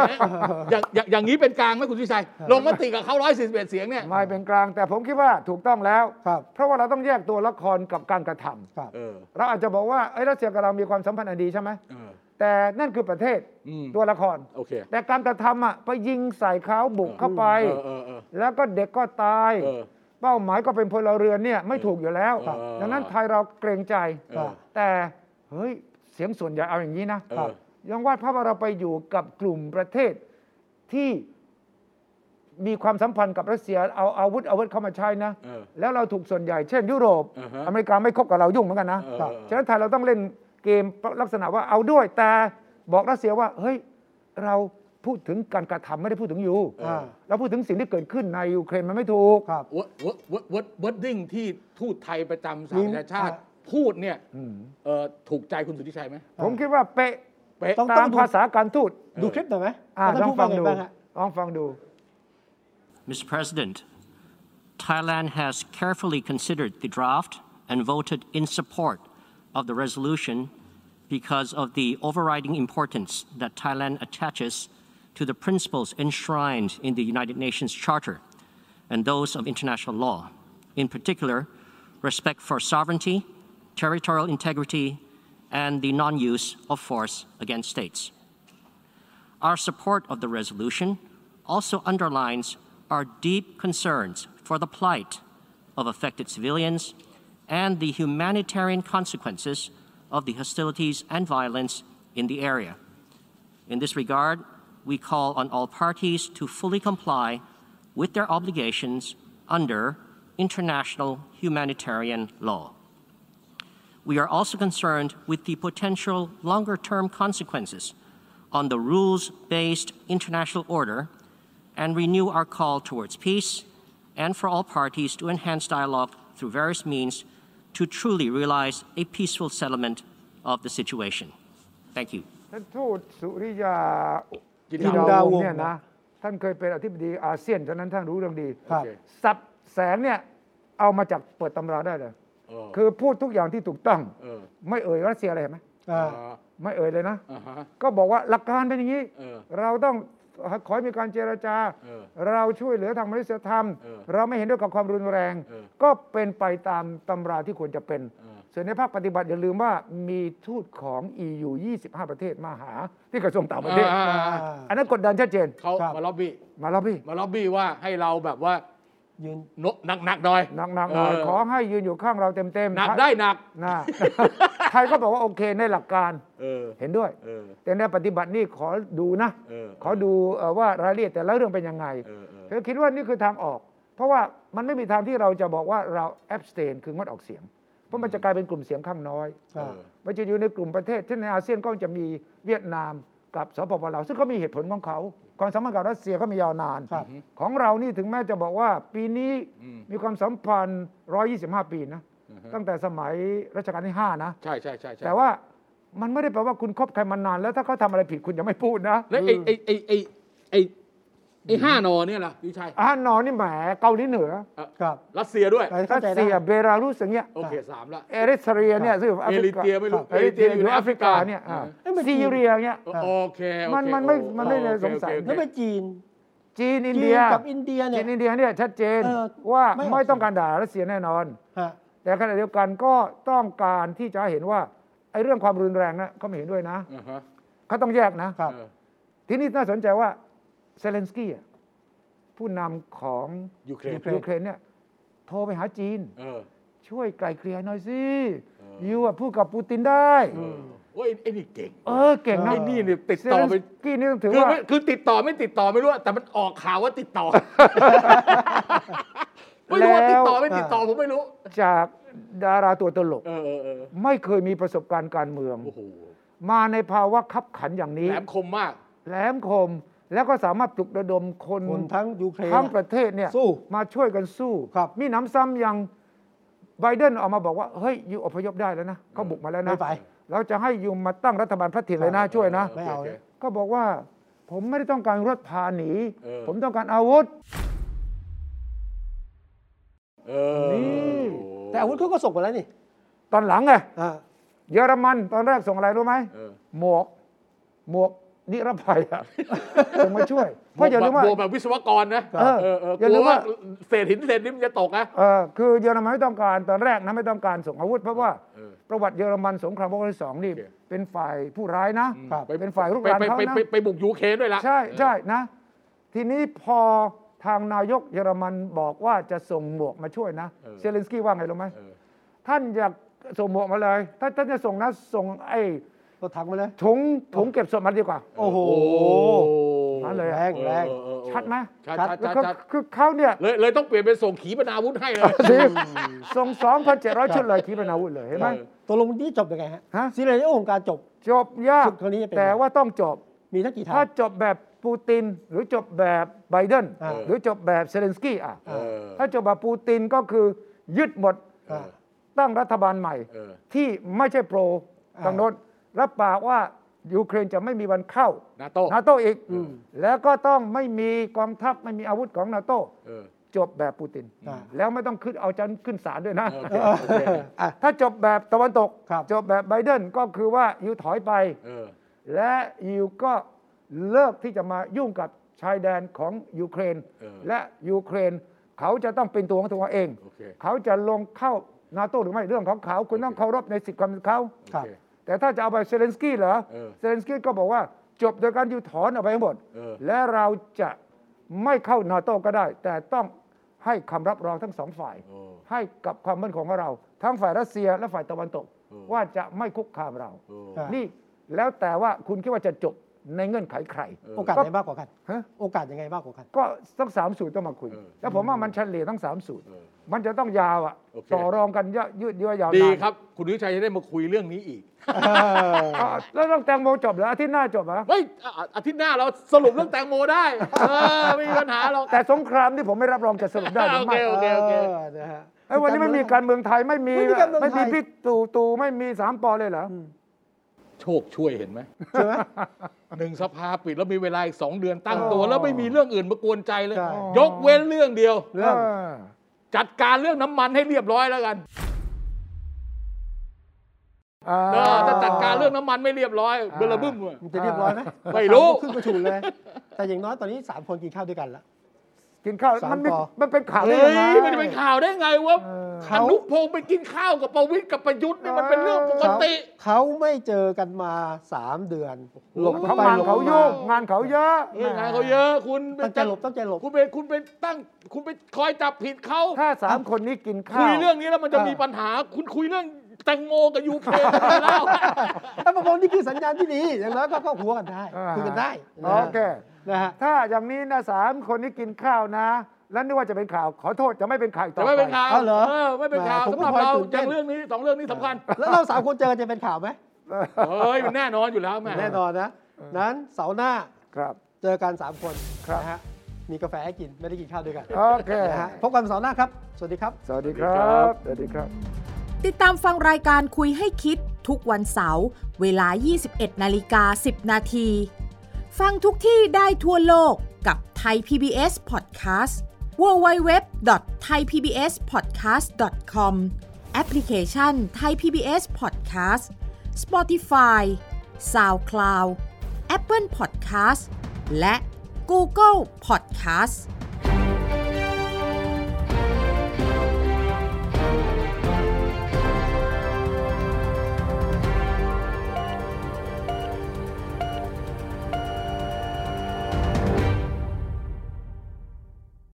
อย่างอย่างอย่างนี้เป็นกลางไหมคุณวิชัย ลงมติกับเขา141เสียงเนี่ย
ไม่เป็นกลาง แต่ผมคิดว่าถูกต้องแล้ว
ครับ
เพราะว่าเราต้องแยกตัวละครกับการกระทำ
ครับ
เออ
เราอาจจะบอกว่าไอ้ยรัสเซียกับเรามีความสัมพันธ์อันดีใช่ไหม
เออ
แต่นั่นคือประเทศ
อืม
ตัวละคร
โอเค
แต่การกระทำอ่ะไปยิงใส่เขาบุกเข้าไป
เออเออเออ
แล้วก็เด็กก็ตาย
เออ
เป้าหมายก็เป็นพลเรือนเนี่ยไม่ถูกอยู่แล้ว
เออ
ดังนั้นไทยเราเกรงใจ
เออ
แต่เฮ้ยเสียงส่วนใหญ่เอาอย่างนี้นะ
เออ
ยังว่าพระว่าเราไปอยู่กับกลุ่มประเทศที่มีความสัมพันธ์กับรัสเซียเอาอาวุธอาวุธเข้ามาใช้นะ
เออ
แล้วเราถูกส่วนใหญ่เช่นยุโรป
อ่าฮะ
อเมริกาไม่คบกับเรายุ่งเหมือนกันนะ
เออ
ครับฉะนั้นไทยเราต้องเล่นเกมลักษณะว่าเอาด้วย แต่บอกรัสเซียว่า เฮ้ยเราพูดถึงการกระทำไม่ได้พูดถึงยู
เออ
เราพูดถึงสิ่งที่เกิดขึ้นในยูเครนมันไม่ถูก
ครับ
วัดวัดวัดวัดวัดดิ้งที่ทูตไทยประจำสา
มี
ธารณชาติ
อ่ะ
พูดเนี่ยเออถูกใจคุณสุทธิชัยไหม
ผมคิดว่าเป๊ะ
เป๊ะ
ต้อง
ตามภาษาการทูต
ดูคลิปหน่อยไหม
อ่า
ว่าท่า
ลอน ง
พูด
ฟั
ว่าง ไง
ดู
บ้างฮะ
ลองฟังดู
Mr. President, Thailand has carefully considered the draft and voted in support of the resolution because of the overriding importance that Thailand attaches to the principles enshrined in the United Nations Charter and those of international law. In particular, respect for sovereignty, territorial integrity, and the non use of force against states. Our support of the resolution also underlines our deep concerns for the plight of affected civilians and the humanitarian consequences of the hostilities and violence in the area. In this regard, we call on all parties to fully comply with their obligations under international humanitarian law. We are also concerned with the potential longer term consequences on the rules based international order and renew our call towards peace and for all parties to enhance dialogue through various means to truly realize a peaceful settlement of the situation. Thank you.
ท่านทูตสุริยา
จิน
จิ
ดา
ดา
ว
วงศ์
เนี่ยนะ ท่านเคยเป็นอธิบดีอาเซียนฉะนั้นท่านรู้เรื่องดี
ครับ
สับแสงเนี่ยเอามาจากเปิดตำราได้เลย
เออ
คือพูดทุกอย่างที่ถูกต้อง
เออ
ไม่เอ่ยรัสเซียอะไรเห็นไหม
อ่า
อ่า
ไม่เอ่ยเลยนะ
อ่าฮะ
ก็บอกว่าหลักการเป็นอย่างนี้
เออ
เราต้องขอให้มีการเจรจา
เออ
เราช่วยเหลือทางมนุษยธรรม
เออ
เราไม่เห็นด้วยกับความรุนแรง
เออ
ก็เป็นไปตามตำราที่ควรจะเป็น
เออ
ส่วนในภาคปฏิบัติอย่าลืมว่ามีทูตของ EU 25 ประเทศมาหาที่กระทรวงต่างประเทศ
อ่าอ่าอ่า
อันนั้นกดดันชัดเจน
เขา
ครับ
มาล็อบบี้
มาแล้วพี่
มาล็อบบี้ว่าให้เราแบบว่า
ยืน
โนหนักหนักๆหน่อย
หนักๆหน่อย
เ
ขอให้ยืนอยู่ข้างเราเต็มๆ
หนัก
ไทย
ได้หนัก
นะ ไทยก็บอกว่าโอเคในหลักการ
เออ
เห็นด้วย
เออ
แต่ในปฏิบัตินี่ขอดูนะ
เออ
ขอดูเอ่อว่ารายละเอียดแต่ละเรื่องเป็นยังไง
เออเออ
เธอคิดว่านี่คือทางออก เพราะว่ามันไม่มีทางที่เราจะบอกว่าเราแอบสเตนคืองดออกเสียง เพราะมันจะกลายเป็นกลุ่มเสียงข้างน้อย
เออ
มันจะอยู่ในกลุ่มประเทศที่ในอาเซียนก็จะมีเวียดนามกับสปปลาวซึ่งก็มีเหตุผลของเขาความสัมพันธ์กับรัสเซียก็มียาวนาน
ครับ
ของเรานี่ถึงแม้จะบอกว่าปีนี้มีความสัมพันธ์ 125 ปีนะตั้งแต่สมัยรัชกาลที่ห้านะ
ใช่ใช่ใช่ใช่
แต่ว่ามันไม่ได้แปลว่าคุณคบใครมานาน แล้วถ้าเขาทำอะไรผิดคุณจะไม่พูดนะ
แล้วไอ้ไอ้ไอ้ไอ้ไอ้ไ ไอ้ห้านอเนี่ยล่ะพี่ชัย
อ่านอนนี่แหมเกาหลีเหนือ
เอ่อ
ครับ
รัสเซียด้วย
อันนี้
รั
เข้า
ส
ใจได้
เซียเบลารุสอย่างเงี้ย
โอเคสามละ
เอริเทเรียเนี่ยซึ่ง
เอริเทเรียไม่รู้
เอริเทเรีย
เอริเทเรีย
อ
อยู่
ยู่
แอ
แอ
ฟ
ฟ
ริกาก
ริา
เนี่
เนี่ย ย
อ่า
เอ้ยมัน
ซีเรียเงี้ย
โอเคโอเค
มันมันไม่มันไม่เลยสงสัย
โอเคโอเค
แล้วไปจีน
จีนอิน
จี
เดี
น
ย
กับอินเดียเนี่
จี
ย
นอินเดียเนี่ยชัดเจน
เออ
ว่า
ไม่ออก
ไม่ต้องการด่ารัสเซียแน่นอน
ฮะ
แต่ขณะเดียวกันก็ต้องการที่จะเห็นว่าไอ้เรื่องความรุนแรงนะเขาไม่เห็นด้วยนะ
อ่าฮะ
เขาต้องแยกนะ
ครับ
เออ
ทีนี้น่าสนใจว่าเซเลนสกี้อะผู้นำของ
ยูเครน
ยูคร
ยูเครนเนี่ยโทรไปหาจีน
เออ
ช่วยไกลเกลี่ยหน่อยสิ
เออ
ยูอะพูดกับปูตินได้
เออโอ้ยไอ้นี่เก่ง
เออเก่งนะ
ไอ้นี่เนี่ยติดต่อไป
เซเลนสกี้นี่ต้องถือ
คือ
ว่า
ไม่คือติดต่อไม่ติดต่อไม่รู้อะแต่มันออกข่าวว่าติด ต่อ ไม่รู้ว่า
แล้ว
ติดต่อไม่ติดต่อผมไม่รู้
จากดาราตัวตลก
เออเออเออ
ไม่เคยมีประสบการณ์การเมือง
โอ้โห
มาในภาวะขับขันอย่างนี้
แหลมคมมาก
แหลมคมแล้วก็สามารถปลุกระดมคน
คนทั้งยูเครน
ทั้งประเทศเนี่ย
สู้
มาช่วยกันสู้
ครับ
มีหน้ำซ้ำยังไบเดนออกมาบอกว่า เฮ้ยยูอพยพได้แล้วนะเขาบุกมาแล้วนะ
ไม่ไป
เราจะให้ยูมาตั้งรัฐบาลพระถิ่นเลยนะช่วยนะ
ไม่เอา
โค
ก็บอกว่าผมไม่ได้ต้องการรถพาหนี
เออ
ผมต้องการอาวุธ
เออ
นี่
โอ้โห
แต่อาวุธเขาก็ส่งไปแล้วนี่
ตอนหลังไง
อ่า
เยอรมันตอนแรกส่งอะไรรู้ไหม
เออ
หมวกหมวกนิรภัยอะส่งมาช่วยเพราะอย่าลืมว่า
บวกแบบวิศวกรนะ
เออ
เออเออ
อย่าก ลื
ลั
ม
วว่า
ว่า
เศษหินเศษนี้มันจะตกนะ
เออคือเยอรมันไม่ต้องการตอนแรกนะไม่ต้องการส่งอาวุธ เพราะว่า
เออ
ประวัติเยอรมันสงครามโลกครั้งที่สองนี่
โอเค
เป็นฝ่ายผู้ร้ายนะ
ครับ
ไป
เป็นฝ่ายรุกราน
ไป
เขา
ไป
นะ
ไปไปบุกยูเครนด้วยละ
ใช่ใช่นะ ทีนี้พอทางนายกเยอรมันบอกว่าจะส่งหมวกมาช่วยนะเซเลนสกี้ว่าไงรู้ไหม
เออ
ท่านอยากส่งหมวกมาเลยถ้าท่านจะส่งนะส่งไอ้
ก็ถังไปเลย
ถุงถุงเก็บศพมาดีกว่า
โอ้โห
มาเลย
แรงแรง
เออเออเออ
ชัดไหม
ชัด
ชัด
ชัด
แล้ว
ชัด
ก็
ชัด
คือเขาเนี่ย
เลยเลยต้องเปลี่ยนเป็นส่งขีปนาวุธให้เลย
สิส่งสองพันเจ็ดร้อยชุดเลยขีปนาวุธเลยเห็นไหม
เออ
ตกลงนี่จบยังไงฮะ
ฮะ
ซีเรียโอของการจบ
จบยาก
สุดคราวนี้จะเป็นไง
แต่ว่าต้องจบ
มีทั้งกี่ทา
ถ้าง จบแบบปูติน หรือจบแบบไบเดน
อ่า
หรือจบแบบเซเลนสกี้อ่ะ
เออ
ถ้าจบแบบปูตินก็คือยึดหมด
อ่า
ตั้งรัฐบาลใหม่
เออ
ที่ไม่ใช่โปร
อ่า
ทางโน้นรับปากว่ายูเครนจะไม่มีวันเข้า
นาโต
นาโตอีก แล้วก็ต้องไม่มีกองทัพไม่มีอาวุธของนาโต
เออ
จบแบบปูติน
อ่า
แล้วไม่ต้องขึ้นเอาจันขึ้นศาลด้วยนะ
โอเค โอเค
อ่ะ
ถ้าจบแบบตะวันตก
ครับ
จบแบบไบเดนก็คือว่ายูถอยไป
เออ
และยูก็เลิกที่จะมายุ่งกับชายแดนของยูเครน
เออ
และยูเครนเขาจะต้องเป็นตัวของตัวเอง
โอเค
จะลงเข้านาโตหรือไม่เรื่องของเขา คุณต้องเคารพในสิทธิความเป็นเขา
ครับ
โอเ
แต่ถ้าจะเอาไปเซเลนสกี้เหรอ
เออ
เลนสกี้ก็บอกว่าจบโดยการยูถอนออกไปทั้งหมด
เออ
และเราจะไม่เข้านาโตก็ได้ แต่ต้องให้คำรับรองทั้งสองฝ่าย
โอ้
ให้กับความมั่นคงของเรา ทั้งฝ่ายรัสเซียและฝ่ายตะวันตก
เออ
ว่าจะไม่คุกคามเรา
โอ้
ครับ
นี่แล้วแต่ว่าคุณคิดว่าจะจบในเงื่อนไขใคร
เออ
โอกาสไหนมากกว่ากัน
ฮะ
โอกาสยังไงมากกว่ากัน
ก็ทั้งสามสูตรต้องมาคุย
เออ
แล้วผมว่ามันเฉลี่ยทั้งสามสูตร
เออ
มันจะต้องยาวอ่ะ
โอเค
ต่อรองกันเยอะยืดเยื้อยาว
ดี
นาน
ครับ คุณวิชัยจะได้มาคุยเรื่องนี้อีก
อ่ะแล้วเรื่องแตงโมจบเหรออาทิตย์หน้าจบเหรอ
เฮ้ยอ่ะอ่ะอาทิตย์หน้าเราสรุปเรื่องแตงโมได้ เออ ไม่มีปัญหาหรอก
แต่สงครามที่ผมไม่รับรองจะสรุปได้หรือไม่
โอเคโอเค
อนะฮะ
ไอ้วันนี้ไม่มีการเมืองไทยไม่มี
ไม่มีการเมืองไทย
ไม่มีพี่ตู่ตู่ไม่มีสามปอเลยเหรออ
โชคช่วยเห็นไหม
ใช่ไหม
หนึ่งสภาปิดแล้วมีเวลาอีกสองเดือนตั้ง
อ๋อ
ตัว แล้วไม่มีเรื่องอื่นมากวนใจเลย
ใช่
ยกเว้นเรื่องเดียว
เรื่อง
เออ
จัดการเรื่องน้ำมันให้เรียบร้อยแล้วกัน
อ่า
เออถ้าจัดการเรื่องน้ำมันไม่เรียบร้อยเบลอบึ้มเลย
มันจะเรียบร้อยไหม
ไม่รู้
ถามว่าขึ้นประชุมเลย แต่อย่างน้อยตอนนี้ 3 คนกินข้าวด้วยกันละ
กินข้าว
สาม
มันมี
ปอ
มันเป็นข่าวได้
เฮ้
ยังไง
ยมันจะเป็นข่าวได้ไงวะอ
เขา
นุพงศ์ไปกินข้าวกับประวิตรกับประยุทธ์นี่มันเป็นเรื่องปก
เขา
ติ
เขาไม่เจอกันมา 3 เดือน หลบ
เขา
ไป
งาน
หลบ
เขา
มา
ยุ่งงานเขาเยอะ
เรื่องงานเขาเยอะคุณ
ตั้งใจหลบตั้งใจหลบ
คุณไปคุณไปตั้ง คุณไปคอยจับผิดเขา
ถ้าสามคนนี้กินข้าว
คุยเรื่องนี้แล้วมันจะ
เออ
มีปัญหา คุณคุยเรื่องแตงโมกับยูเครนกันแล้ว
ไอ้ประมงนี่คือสัญญาณที่ดี อย่างน้อยก็ก็หัวกันได้
อ่า
คุยกันได้
โอเค
นะฮะ
ถ้าอย่างนี้นะสามคนนี้กินข้าวนะ แล้วนึกว่าจะเป็นข่าว ขอโทษจะไม่เป็นข่าวอีกต่
จะ
อ
ไม่
ไป
เป็นข่าว
เอาเหรอ
ไม่เป็นข่าว
แหมผม
สำหรับ
ก็คอย
เรา
ตื่นเต้
จั
น
งเรื่องนี้สองเรื่องนี้สำคัญ
แล้วเราสามคนเจอกันจะเป็นข่าวไหม
เฮ้ยมันแน่นอนอยู่แล้วแม่
แน่นอนนะ นั้นเสาร์หน้า
ครับ
เจอกันสามคน
ครับ
นะฮะมีกาแฟให้กินไม่ได้กินข้าวด้วยกัน
โอเค
นะฮะพบกันเสาร์หน้าครับ สวัสดีครับ
สวัสดีครับ สวัสดีครับ
ติดตามฟังรายการคุยให้คิดทุกวันเสาร์เวลา 21นาฬิกา10 นาที ฟังทุกที่ได้ทั่วโลกกับ ไทย PBS Podcast www.thaipbspodcast.com แอปพลิเคชัน Thai PBS Podcast Spotify SoundCloud Apple Podcast และ Google Podcast